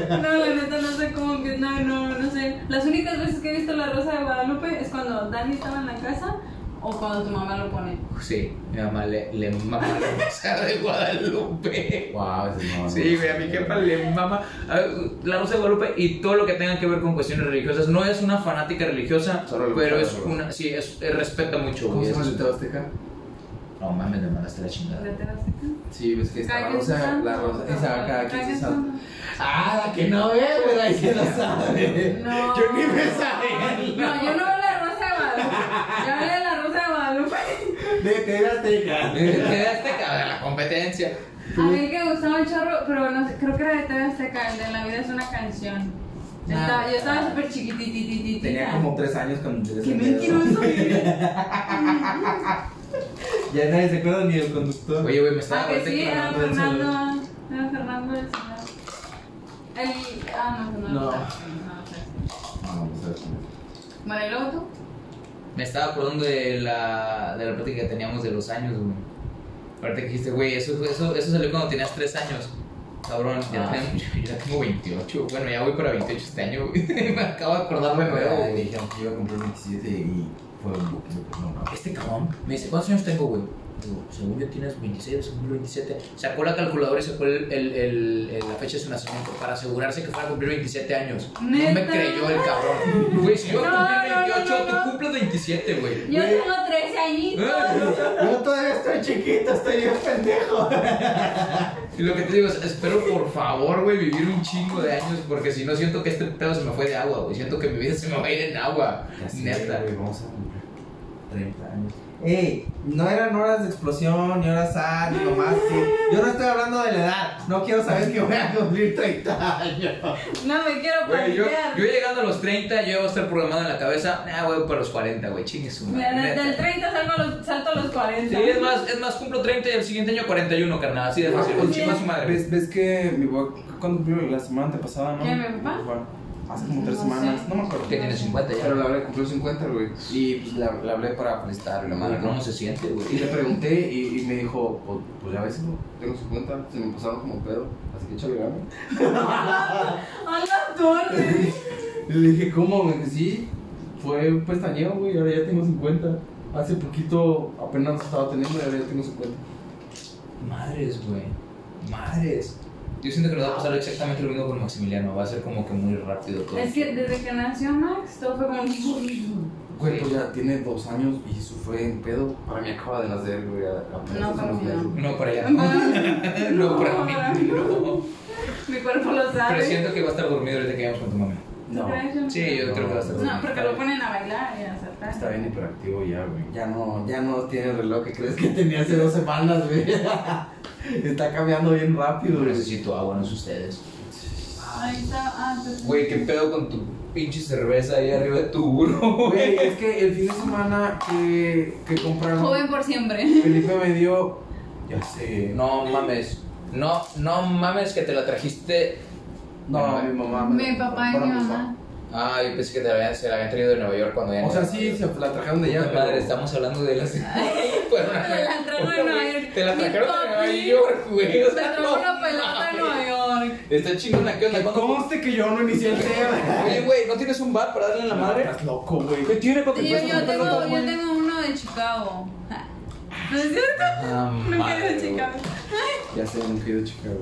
No, la neta no sé cómo empieza, no, no, no sé. Las únicas veces que he visto La Rosa de Guadalupe es cuando Dani estaba en la casa o cuando tu mamá lo pone. Pues Sí, mi mamá le, le mama la rosa de Guadalupe. Wow, ese es mamón. Sí, güey, a mi jefa le mama a ver, la Rosa de Guadalupe y todo lo que tenga que ver con cuestiones religiosas. No es una fanática religiosa, Solo le gusta pero la es Rosa. una. Sí, es, eh, respeta mucho, ¿Cómo güey. se es- llama el Azteca? No mames, me mandaste la chingada. ¿Ya te das cuenta? Sí, ves que está la Cáguense rosa, santo. la rosa, esa cada quien se Cáguense sabe. santo. Ah, la que no ve, güey, ahí se la sabe. No. Yo ni me sabía. No, yo no veo la Rosa de Guadalupe. Yo veo la Rosa de Guadalupe. De TV Azteca. Quedaste cabrón la competencia. A mí que me gustaba un chorro, pero no sé, creo que era de TV Azteca, el de La Vida es una canción. Estaba- yo estaba súper chiquititititita. Tenía como tres años cuando empecé Qué ese pedo. mentiroso eres. Ya nadie se acuerda ni del conductor. Oye, güey, me estaba Ah, que sí, era tecleando eso, Fernando. güey. ah, Era Fernando el señor. El. Ah, no, Fernando. No. está, Fernando está. No, no sé. Bueno, y luego tú. Me estaba acordando de la, de la plática que teníamos de los años, güey. Aparte que dijiste, güey, eso, eso, eso salió cuando tenías 3 años. Cabrón, ya, Ah. tengo, yo ya tengo 28. Bueno, ya voy para 28 este año, güey. Me acabo de acordar de nuevo, Pero le güey. dijeron que iba a cumplir 27 y fue un poquito, no, no. Este cabrón me dice, ¿cuántos años tengo, güey? Digo, según yo tienes 26, según yo 27. Sacó la calculadora y sacó el, el, el- el- la fecha de su nacimiento para asegurarse que fuera a cumplir 27 años. No me ¿Neta? creyó el cabrón. Güey, si yo No, cumplí no, no, 28, no, no. tú cumples 27, güey. Yo tengo 13 añitos. Yo todavía estoy chiquito, estoy bien pendejo. Y lo que te digo es, espero por favor, güey, vivir un chingo de años, porque si no siento que este pedo se me fue de agua, güey. Siento que mi vida se me va a ir en agua. Ya sé, Neta. güey, vamos a cumplir 30 años. Ey, no eran horas de explosión, ni horas A, ni nomás que. Yo no estoy hablando de la edad. No quiero saber que voy a cumplir 30 años. No me quiero Güey, yo, paniquear. yo llegando a los 30, yo voy a estar programado en la cabeza, ah, güey, para los 40, güey, chingue su madre. Mira, desde neta. el 30 salgo a los, salto a los 40. Sí, es más, es más, cumplo 30 y el siguiente año 41, carnal, así de fácil. Con chingo a su madre. ¿Ves, ves que mi papá, cuando cumplió la semana antepasada, no? ¿Quién, mi papá? Hace como tres No semanas, sé. no me acuerdo. Que tiene 50 ya. Pero la hablé, cumplió 50, güey. Y pues la, la hablé para felicitarle, la madre, Madre, ¿no? ¿cómo se siente, Y güey? le pregunté y, y me dijo, "Pues- pues ya ves, hijo, tengo 50, se me pasaron como pedo, así que échale ganas. A la torre. Y le dije, ¿cómo? Me dice, sí, fue un pestañeo, güey, ahora ya tengo 50. Hace poquito apenas estaba teniendo y ahora ya tengo 50. Madres, güey. Madres. Yo siento que nos va a pasar exactamente lo mismo con Maximiliano. Va a ser como que muy rápido todo. Es que desde que nació Max, todo fue como. No, Güey, pues ya tiene dos años y eso fue en pedo. Para mí acaba de nacer, güey. a- apenas No, hace para unos mí meses. no. No, para allá. No, no para mí. No. Mi cuerpo lo sabe. Pero siento que va a estar dormido ahorita que vayamos con tu mamá. No, Sí, yo creo que va a estar dormido. No, porque lo ponen a bailar y a saltar. Está bien hiperactivo ya, güey. ya no, ya no tiene el reloj que crees que tenía hace dos semanas, güey. Está cambiando bien rápido, Yo güey. necesito agua, no sé ustedes. Ahí está. Ah, entonces. Güey, qué pedo con tu pinche cerveza ahí arriba de tu burro. Güey, es que el fin de semana que, que compraron, Joven por siempre. Felipe me dio, ya sé, No mames. No, no mames que te la trajiste. No, mi mamá. me Mi la papá y compró mi para mamá. Ah, yo pensé que te la habían, se la habían traído de Nueva York cuando ya O sea, sí, se la trajeron de Puta allá. madre, pero- estamos hablando de las. Fueron a- Te la trajo de Nueva York. Te la Mi trajeron de Nueva papi York, güey. O Se sea, trajo no una pelota de mames. Nueva York. Está chingona, ¿qué onda? ¿Cuándo- Conste que yo no inicié el tema. Oye, güey, ¿no tienes un bar para darle en la madre? Estás loco, güey. ¿Qué tiene, papi? Y Yo, Pues, yo, una tengo, pelota, yo güey. tengo uno de Chicago. ¿No es cierto? Ah, Nunca he ido madre, a Chicago. Ya sé, nunca he ido a Chicago.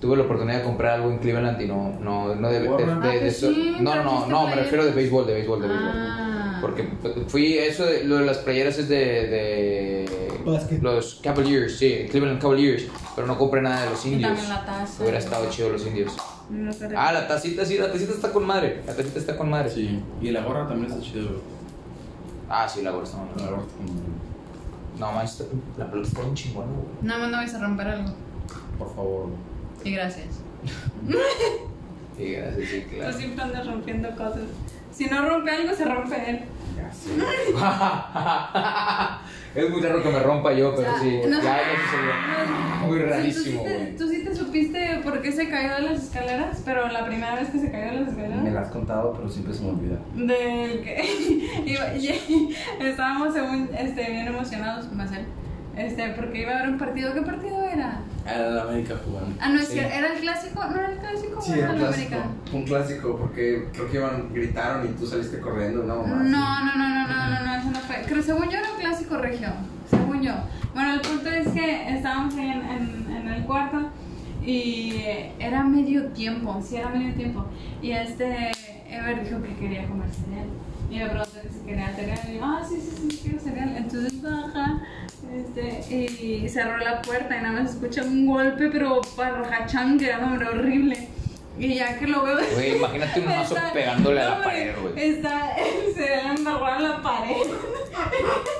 Tuve la oportunidad de comprar algo en Cleveland y no, no, no de, de, Warren. de- Ah, de- que sí, no, no, no, trajiste no, me playeras. refiero de béisbol, de béisbol, de béisbol. Ah. Porque fui, eso de, lo de las playeras es de, de Básquet. los Cavaliers, sí, Cleveland Cavaliers, pero no compré nada de los Y indios. también la taza. Hubiera estado chido los indios. No te Ah, la tacita, sí, la tacita está con madre, la tacita está con madre. Sí. Y la gorra también está chida, güey. Ah, sí, la bolsa, no, La no, gorra está como- no, manches, la pelota está bien chingona, güey. Nada más no vais a romper algo. Por favor, güey. Y gracias. Y gracias, sí, Tú claro. siempre andas rompiendo cosas. Si no rompe algo, se rompe él. Ya sé. es muy raro que me rompa yo, O pero sea, Pues sí. no- Ya, ya sucedió. no- Muy sí, tú rarísimo, sí te- güey. ¿Tú sí te supiste por qué se cayó de las escaleras? Pero la primera vez que se cayó de las escaleras. Me la has contado, pero siempre se me olvida. del que iba- y- estábamos según, este, bien emocionados más él, este, porque iba a haber un partido qué partido era Era la América jugando. ah no es Sí. que era el clásico no era el clásico Sí, ¿O era un el clásico. América? Un clásico, porque creo que iban, gritaron y tú saliste corriendo, ¿no? no no no no no no no eso no fue creo según yo era un clásico regio según yo bueno el punto es que estábamos ahí en, en- en el cuarto y eh, era medio tiempo sí era medio tiempo y este Ever dijo que quería comer cereal y me preguntó que si quería cereal y yo ah sí sí sí quiero cereal entonces baja Este, y cerró la puerta y nada más escucha un golpe, pero parrojachán, que era hombre horrible. Y ya que lo veo. Güey, imagínate un mazo está- pegándole a no, la pared, güey. Está, se le embarraron la pared.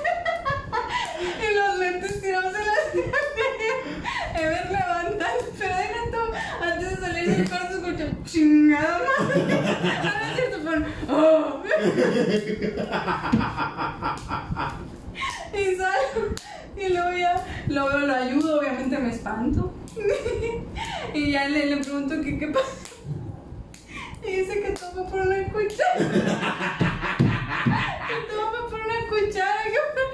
y los lentes tirados en las pared. Ever levanta, pero deja tú. Antes de salir del cuarto, escucha chingada madre. A ver si te ponen, "Oh". Y salgo. Y luego ya lo veo, lo ayudo, obviamente me espanto. y ya le, le pregunto que qué pasa. Y dice que toma por una cuchara. que toma por una cuchara.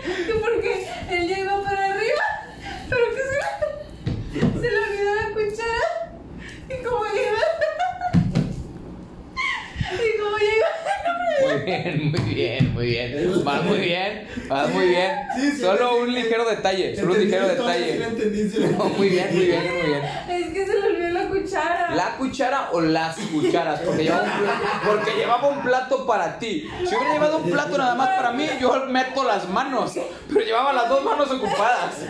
Que, que porque él ya iba para arriba. Pero que se, le- se le olvidó la cuchara. Y como iba. y como iba. Muy bien, muy bien, muy bien. Vas muy bien, vas muy bien. Sí, sí, Solo entendí. un ligero detalle, solo un Entendí ligero todo, sí la detalle. entendí, sí la No, muy bien, muy bien, muy bien. Es que se le olvidó la cuchara. ¿La cuchara o las cucharas? Porque llevaba, un plato, porque llevaba un plato para ti. Si hubiera llevado un plato nada más para mí, yo meto las manos. Pero llevaba las dos manos ocupadas.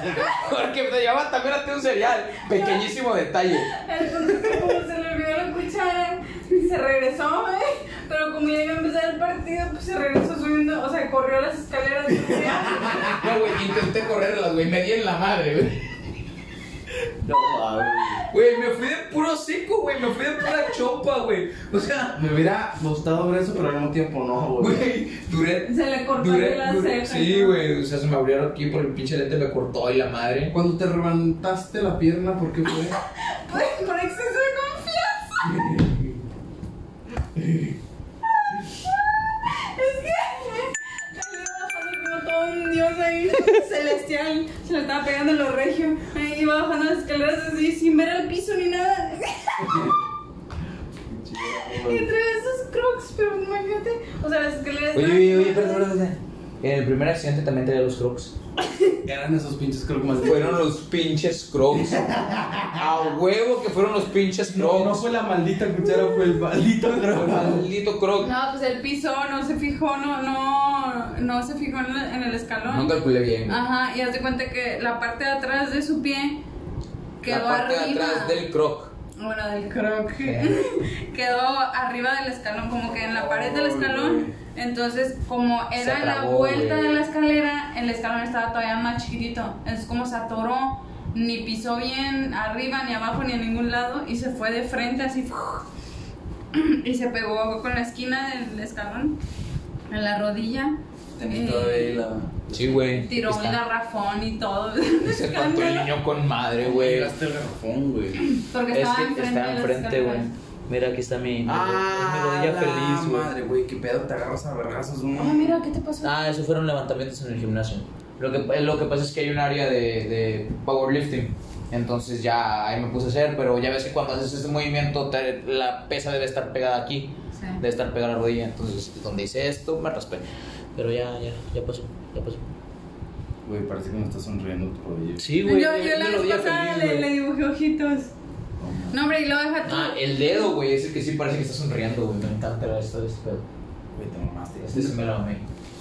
Porque te llevaba también a ti un cereal. Pequeñísimo detalle. El punto es que como se le olvidó la cuchara, se regresó, ¿eh? Pero como ya iba a empezar el partido, pues se regresó subiendo, o sea, corrió las escaleras. subía. No, güey, intenté correrlas, güey. Me di en la madre, güey. No mames. Güey, me fui de puro seco, güey. Me fui de pura chopa, güey. O sea, Me hubiera gustado ver eso, pero al mismo tiempo no, güey. güey, duré Se le cortó Duré, la duré- ceja. sí, güey, o sea, se me abrieron aquí por el pinche lente, me cortó y la madre. Cuando te levantaste la pierna, ¿por qué fue? Por, por exceso de confianza. es que. se le iba bajando como todo un dios ahí, Celestial, se le estaba pegando en los regios. Ahí iba bajando las escaleras así, sin ver al piso ni nada. Y entre esos crocs, pero imagínate. O sea, las escaleras. En el primer accidente también traía los crocs. Eran esos pinches creo que más Fueron los pinches crocs. A huevo que fueron los pinches crocs. la maldita cuchara, fue el maldito Fue el maldito croc. No, pues el piso no se fijó, no, no, no se fijó en el, en el escalón. No calculé bien. güey. Ajá, y haz de cuenta que la parte de atrás de su pie quedó la parte arriba. de atrás del croc. Bueno, del croc. quedó arriba del escalón, como que en la pared del escalón. Entonces, como era la trabó, vuelta güey. de la escalera, el escalón estaba todavía más chiquitito. Entonces, como se atoró, ni pisó bien arriba, ni abajo, ni en ningún lado, y se fue de frente así. Y se pegó con la esquina del escalón, en la rodilla. Eh, Sí, güey. Tiró un Está- garrafón y todo. Se espantó el niño con madre, güey. Llegaste el garrafón, güey. Porque estaba enfrente. de las escaleras. Mira, aquí está mi, mi, Ah, rodilla feliz, güey. madre, güey, qué pedo, te agarras a vergazos, güey. Ah, mira, ¿qué te pasó? Ah, eso fueron levantamientos en el gimnasio. Lo que, lo que pasa es que hay un área de, de powerlifting. Entonces ya ahí me puse a hacer, pero ya ves que cuando haces este movimiento, te- la pesa debe estar pegada aquí, Sí. debe estar pegada a la rodilla. Entonces, donde hice esto, me raspé. Pero ya, ya, ya pasó, ya pasó. Güey, parece que me está sonriendo tu rodillo. Sí, Yo, güey. yo la mi vez rodilla pasada feliz, le, le güey. dibujé ojitos. No, hombre, y lo deja tú. Ah, el dedo, güey, es el que sí parece que está sonriendo, güey. Me encanta esto, este pedo. Güey, te mamaste. Este se me lo amé.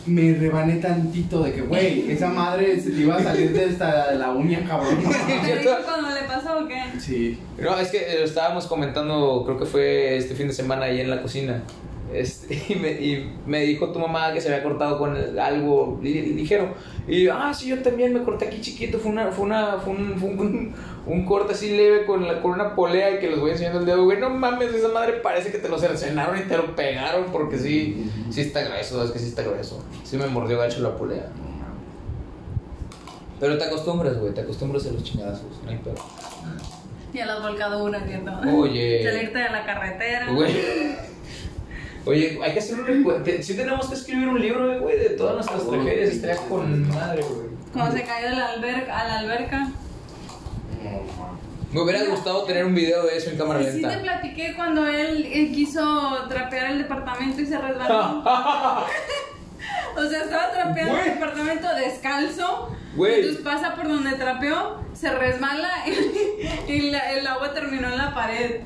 Me rebané tantito de que, güey, esa madre se te iba a salir de, esta, de la uña, cabrón. ¿Te dijo cuando le pasó o qué? Sí. No, es que eh, lo estábamos comentando, creo que fue este fin de semana ahí en la cocina. Este, y, me, y me dijo tu mamá que se había cortado con el- algo li- ligero. Y yo, ah, sí, yo también me corté aquí chiquito. Fue, una, fue, una, fue, un, fue un, un corte así leve con, la, con una polea y que les voy enseñando el dedo. Güey, no mames, esa madre parece que te lo cercenaron y te lo pegaron porque sí, sí está grueso. Es que sí está grueso. Sí me mordió gacho la polea. No mames. Pero te acostumbras, güey, te acostumbras a los chingadazos. No hay pedo. Y a las volcaduras y a todo. Oye. Salirte de la carretera. Güey. Oye, hay que hacer un recuento. Sí tenemos que escribir un libro, eh, güey, de todas nuestras tragedias. Estaría con madre, güey. Cuando se cayó de la alberca, a la alberca. Me hubiera gustado tener un video de eso en cámara Y sí te lenta. platiqué cuando él eh, quiso trapear el departamento y se resbaló. o sea, estaba trapeando el Güey. departamento descalzo. Güey. Entonces pasa por donde trapeó, se resbala y, y la- el agua terminó en la pared.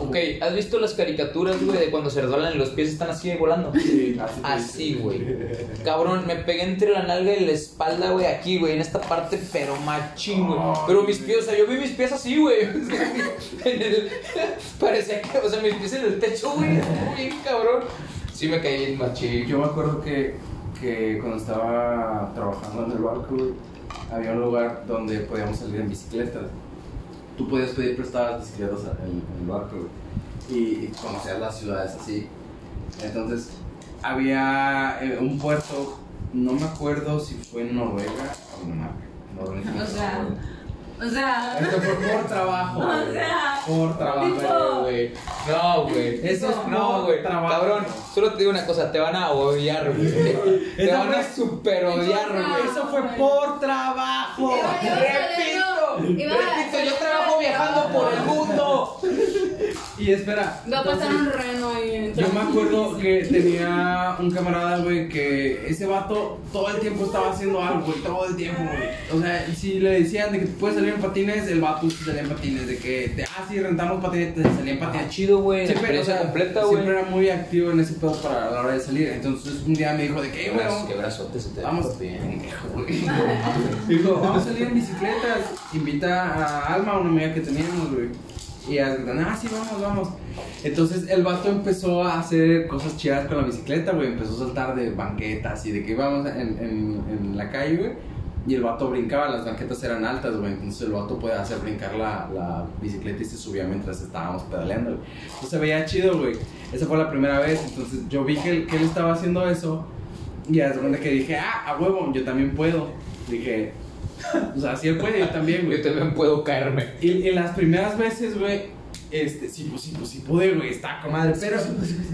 Ok, ¿has visto las caricaturas, güey, de cuando se resbalan y los pies están así volando? Sí, Así, güey. Cabrón, me pegué entre la nalga y la espalda, güey, aquí, güey, en esta parte, pero machín, güey. Pero mis pies, o sea, yo vi mis pies así, güey. En el- Parecía que, o sea, mis pies en el techo, güey. Uy, cabrón. Sí me caí bien machín. Yo me acuerdo que, que cuando estaba trabajando en el barco, güey, había un lugar donde podíamos salir en bicicletas. Tú podías pedir prestadas bicicletas en, en el barco, güey, y, y conocer las ciudades así. Entonces, había eh, un puerto, no me acuerdo si fue en Noruega o Dinamarca. Noruega, no O sea, recuerdo. O sea, Esto fue por trabajo, O güey, sea, por trabajo. tipo- güey. No, güey. Eso es no, puro güey. trabajo. Cabrón, solo te digo una cosa, te van a odiar, güey. Te Esa van a fue- super odiar, güey. Eso fue Por trabajo. Iba- iba saliendo- Repito, iba repito, yo saliendo trabajo del viajando por el trabajo. mundo. Y espera. Va a pasar un reno ahí. Yo me acuerdo que tenía un camarada, güey, que ese vato todo el tiempo estaba haciendo algo, güey, todo el tiempo, güey. O sea, si le decían de que puedes salir en patines, el vato sí salía en patines, de que, de, ah, sí, rentamos patinetes, salía en Está patines. chido, güey. Ah, La Siempre, o experiencia sea, completa, güey. siempre era muy activo en ese pedo para la hora de salir. Entonces un día me dijo de que, "Eh, güey, Qué brazote se te vamos, bien. Dijo, vamos a salir en bicicletas. Invita a Alma, una amiga que teníamos, güey. Y a ah, sí, vamos, vamos. Entonces el vato empezó a hacer cosas chidas con la bicicleta, güey. Empezó a saltar de banquetas y de que íbamos en, en, en la calle, güey. Y el vato brincaba, las banquetas eran altas, güey. Entonces el vato podía hacer brincar la, la bicicleta y se subía mientras estábamos pedaleando, güey. Entonces se veía chido, güey. Esa fue la primera vez. Entonces yo vi que él, que él estaba haciendo eso. Y a segunda que dije, ah, a huevo, yo también puedo. Dije, o sea, si él puede, yo también, güey. Yo también puedo caerme. Y, y las primeras veces, güey, este, sí, pues sí, pues sí pude, güey, está con madre. Pero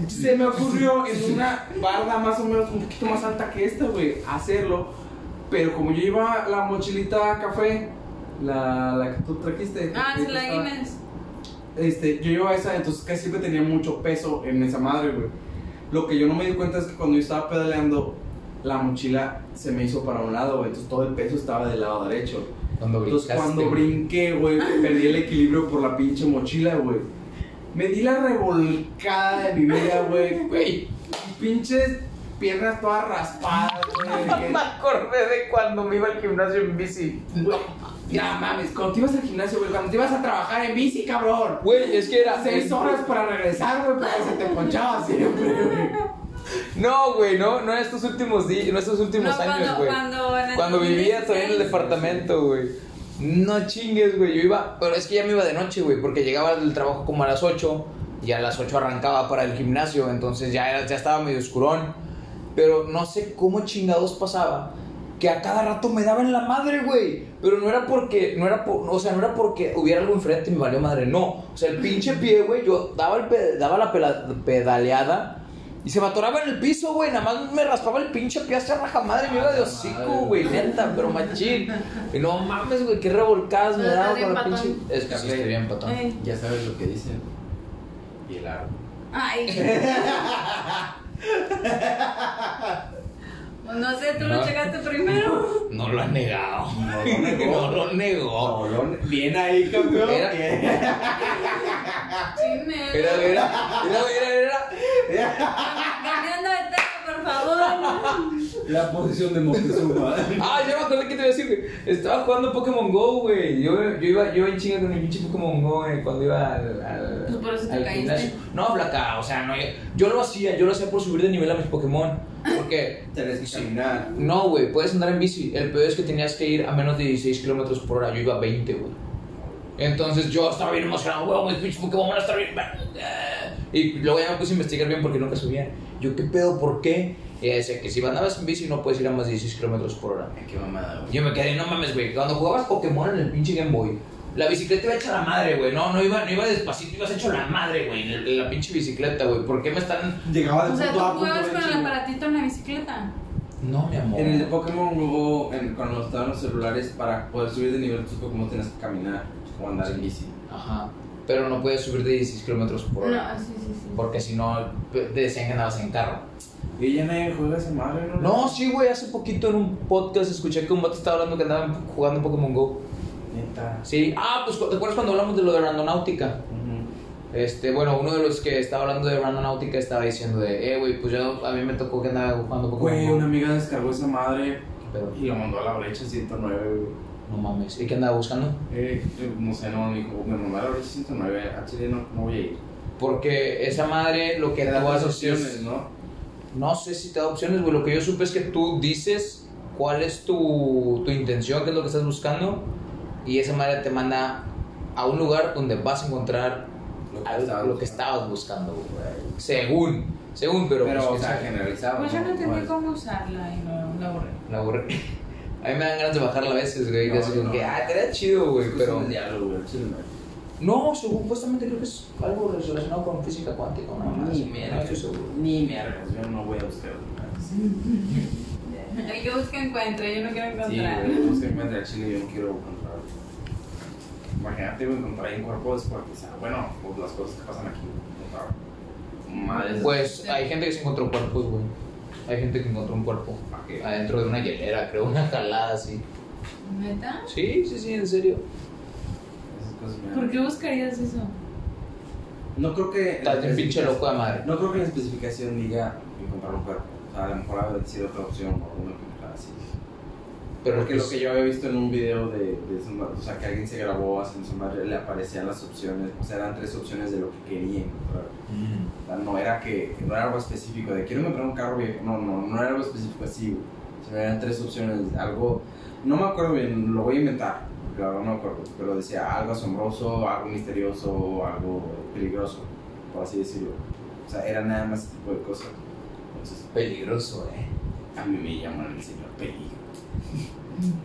se me ocurrió en una barda más o menos un poquito más alta que esta, güey, hacerlo. Pero como yo llevaba la mochilita café, la, la que tú trajiste. Ah, que es la estaba- Guinness. este, yo llevaba esa, entonces casi siempre tenía mucho peso en esa madre, güey. Lo que yo no me di cuenta es que cuando yo estaba pedaleando, la mochila se me hizo para un lado, güey. Entonces todo el peso estaba del lado derecho. Cuando Entonces brincaste. cuando brinqué, güey, perdí el equilibrio por la pinche mochila, güey. Me di la revolcada de mi vida, güey. Güey, Pinches piernas todas raspadas, güey. me acordé de cuando me iba al gimnasio en bici. Güey, No mames, cuando te ibas al gimnasio, güey, cuando te ibas a trabajar en bici, cabrón. Güey, es que era. Seis horas para regresar, güey, porque se te ponchaba siempre, güey. No, güey, no, no en estos últimos días, no estos últimos No, años, cuando- güey. cuando en el Cuando vivía todavía en el 2016. departamento, güey. No chingues, güey. Yo iba, pero es que ya me iba de noche, güey, porque llegaba del trabajo como a las 8 y a las 8 arrancaba para el gimnasio, entonces ya, era- ya estaba medio oscurón. Pero no sé cómo chingados pasaba que a cada rato me daban la madre, güey. Pero no era porque, no era por- o sea, no era porque hubiera algo enfrente y me valió madre, no. O sea, el pinche pie, güey, yo daba, el pe- daba la pela- pedaleada y se me atoraba en el piso, güey. Nada más me raspaba el pinche pie hasta raja madre. Me iba de hocico, güey. Neta, pero machín. Y no mames, güey. Qué revolcadas me Pero daba estás con la bien pinche. patón. Eh. Es que sí, estoy bien patón. Ey. Ya sabes lo que dicen. Y el árbol. Ay. Pues No sé, tú lo No. checaste primero. No lo ha negado. No lo negó. Bien ahí, campeón. Era- bien. Chisme. Era, era, era, era, era. Cambiando de tema, por favor. La posición de Moctezuma. Ah, ya me acordé que te iba a decir, güey. Estaba jugando Pokémon Go, güey. Yo, yo iba yo en chinga con el pinche Pokémon Go, güey, cuando iba al. al Pues por eso te al caíste. No, flaca, o sea, no. Yo, yo lo hacía, yo lo hacía por subir de nivel a mis Pokémon. Porque. Tenés que caminar. No, güey, puedes andar en bici. El peor es que tenías que ir a menos de 16 kilómetros por hora. Yo iba a 20, güey. Entonces yo estaba bien emocionado, güey, mis pinches Pokémon van a estar bien. eh. verga". Y luego ya me puse a investigar bien porque nunca subía. Yo, ¿qué pedo? ¿Por qué? Y ella decía que si andabas en bici no puedes ir a más de 16 kilómetros por hora. Ay, Qué mamada, güey. Yo me quedé, no mames, güey. Cuando jugabas Pokémon en el pinche Game Boy, la bicicleta iba hecha la madre, güey. No, no iba, no iba despacito, ibas hecho la madre, güey. en La pinche bicicleta, güey. ¿Por qué me están.? Llegaba de O sea, tú punto A a punto jugabas B, con el chingo. aparatito en la bicicleta. No, mi amor. En el de Pokémon Go, en- cuando estaban los celulares, para poder subir de nivel tus Pokémon tenías que caminar o andar en bici. Ajá. Pero no puedes subir de 16 kilómetros por hora. No, ah, sí, sí, sí. Porque si no, te decían que andabas en carro. Y ya nadie juega esa madre, ¿no? No, sí, güey. Hace poquito en un podcast escuché que un vato estaba hablando que andaba jugando Pokémon Go. Neta. Sí. Ah, pues, ¿te acuerdas cuando hablamos de lo de Randonáutica? Ujú. Este, bueno, uno de los que estaba hablando de Randonáutica estaba diciendo de, eh, güey, pues yo, a mí me tocó que andaba jugando Pokémon Güey, Go. una amiga descargó esa madre Pero, y lo mandó a la brecha 109, güey. no mames, ¿y qué andaba buscando? Eh, no sé, no, me dijo, me mandó a la brecha 109, a Chile no, no voy a ir. Porque esa madre, lo que pues, Te tú da haces las es- opciones, ¿no? No sé si te da opciones, güey. Lo que yo supe es que tú dices cuál es tu, tu intención, qué es lo que estás buscando, y esa madre te manda a un lugar donde vas a encontrar Lo que algo- estabas lo que buscando. estabas buscando, güey. Según, según, pero. Pero, o pues, sea, generalizado. Pues yo no entendí Bueno. cómo usarla y no la borré. la borré. A mí me dan ganas de bajarla a veces, güey. No, de así como no. que, ah, te chido, güey, pero. Es un diálogo, güey, al chile no. No, supuestamente creo que es algo relacionado con física cuántica, no más. Mira, no estoy seguro. Ni me arreglas, yo no voy a buscar. El que busca encuentra, yo no quiero Sí, encontrar. güey, pues, busca en cuenta de Chile, yo no quiero encontrar. Imagínate, güey, encontrar ahí un cuerpo descuartizado. Bueno, pues las cosas que pasan aquí, encontrar. Madre Pues hay gente que se encontró cuerpos, güey. Hay gente que encontró un cuerpo adentro de una hielera, creo, una jalada así. ¿Neta? Sí, sí, sí, en serio. esas cosas me dan- ¿Por qué buscarías eso? No creo que. Estás bien pinche loco de madre. No creo que la especificación diga encontrar un cuerpo. O sea, a lo mejor haber sido otra opción o una cosa así. Pero Porque pues, lo que yo había visto en un video de, de su madre, o sea, que alguien se grabó haciendo su madre, le aparecían las opciones, o sea, eran tres opciones de lo que quería encontrar. Mm, O sea, no era que, no era algo específico de quiero comprar un carro viejo, no, no, no era algo específico así, güey. O sea, eran tres opciones, algo, no me acuerdo bien, lo voy a inventar, la verdad no me acuerdo, pero decía algo asombroso, algo misterioso, algo peligroso, por así decirlo. O sea, era nada más ese tipo de cosas. Entonces, peligroso, eh. a mí me llaman el señor peligro.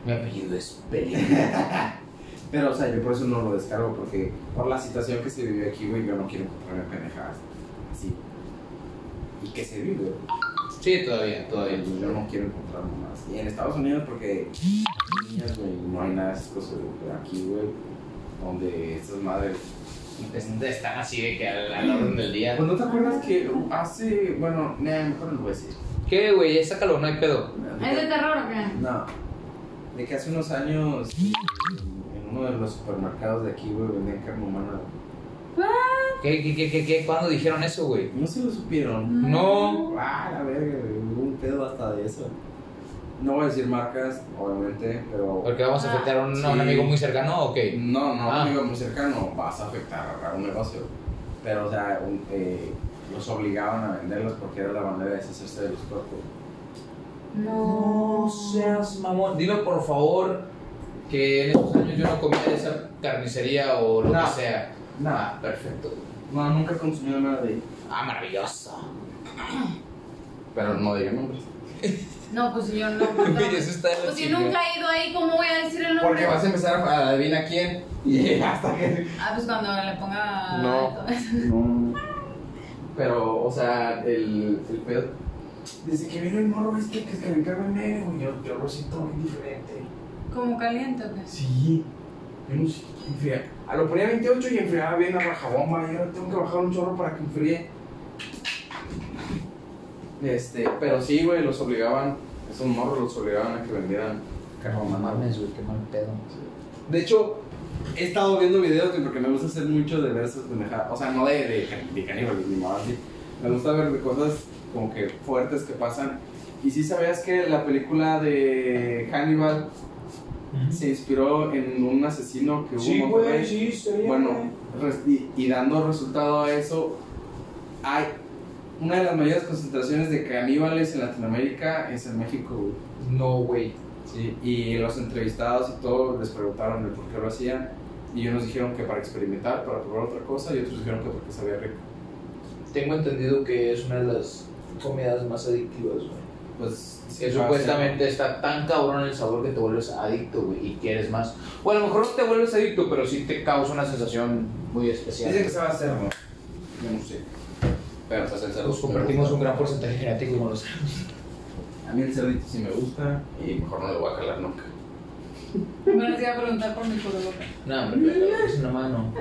Mi apellido es. Pero, o sea, yo por eso no lo descargo, porque por la situación que se vivió aquí, güey, yo no quiero comprarme pendejadas así. Y que se vive, Sí, todavía, todavía todavía. yo no quiero encontrar más. Y en Estados Unidos, porque niñas, güey, no hay nada de esas cosas, güey. Pero aquí, güey, donde estas madres. Es- Están así de que a la orden del día. Pues no te acuerdas que hace. Bueno, nah, mejor no lo voy a decir. ¿Qué, güey? Ya sácalo, no hay pedo. ¿Es de terror o qué? No. De que hace unos años en uno de los supermercados de aquí, güey, vendían carne humana. ¿Qué, qué, qué, qué, qué? ¿Cuándo dijeron eso, güey? No se lo supieron. No. Ah, la verga, güey, hubo un pedo hasta de eso. No voy a decir marcas, obviamente, pero. Porque vamos a afectar a un, a un Sí. amigo muy cercano, ¿o qué? No, no, Ah. amigo muy cercano, vas a afectar a un negocio. Pero, o sea, un- eh, los obligaban a venderlos porque era la manera de deshacerse de los cuerpos. No. seas mamón. Dime por favor que en esos años yo no comía de esa carnicería o lo No. que sea. Nada, Ah, perfecto. no, nunca he consumido nada de ahí. Ah, maravilloso. Pero no digan nombres. No, pues yo no. pues no. Güey, eso está de la Pues yo chingada. nunca he ido ahí, ¿cómo voy a decir el nombre? Porque vas a empezar a adivina quién. Y hasta que. Ah, pues cuando le ponga. No. todo eso. No. Pero, o sea, el, el pedo. Desde que vino el morro, es que, que se me cago en medio, güey, yo, yo lo siento muy diferente. Como caliente o qué? Sí, yo no sé qué enfriar. A Ah, lo ponía 28 y enfriaba bien a rajabomba. Yo tengo que bajar un chorro para que enfríe. Este, pero sí, güey, los obligaban, esos morros los obligaban a que vendieran carro mamá. güey, qué mal pedo. De hecho, he estado viendo videos güey, porque me gusta hacer mucho de ver esas pendejadas. O sea, no de, de, de caníbales ni nada así. Me gusta ver de cosas como que fuertes que pasan. Y si sabías que la película de Hannibal se inspiró en un asesino que hubo en Monterrey? sí, sí. Bueno, res- y, y dando resultado a eso, hay una de las mayores concentraciones de caníbales en Latinoamérica es en México. güey. No, güey. Sí, y los entrevistados y todo les preguntaron el por qué lo hacían. Y unos dijeron que para experimentar, para probar otra cosa, y otros dijeron que porque sabía rico. Tengo entendido que es una de las comidas más adictivas, güey. Pues Que sí, supuestamente está tan cabrón el sabor que te vuelves adicto, güey, y quieres más. O a lo mejor no te vuelves adicto, pero sí te causa una sensación muy especial. Dicen que se va a hacer, ¿no? Yo no sé. Pero pues el cerdo Nos sí me compartimos gusta. un gran porcentaje genético con los A mí el cerdito sí me gusta. Y mejor no lo voy a calar nunca. Bueno, te iba a preguntar por mi color. No, hombre, pero es una mano.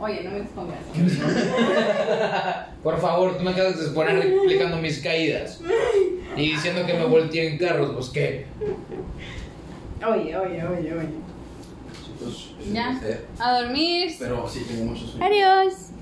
Oye, no me expongas. Por favor, tú me acabas de exponer explicando mis caídas y diciendo que me volteé en carros, pues qué. Oye, oye, oye, oye. Sí, pues, Ya. sí, A dormir. Pero sí tengo muchos sueños. Adiós.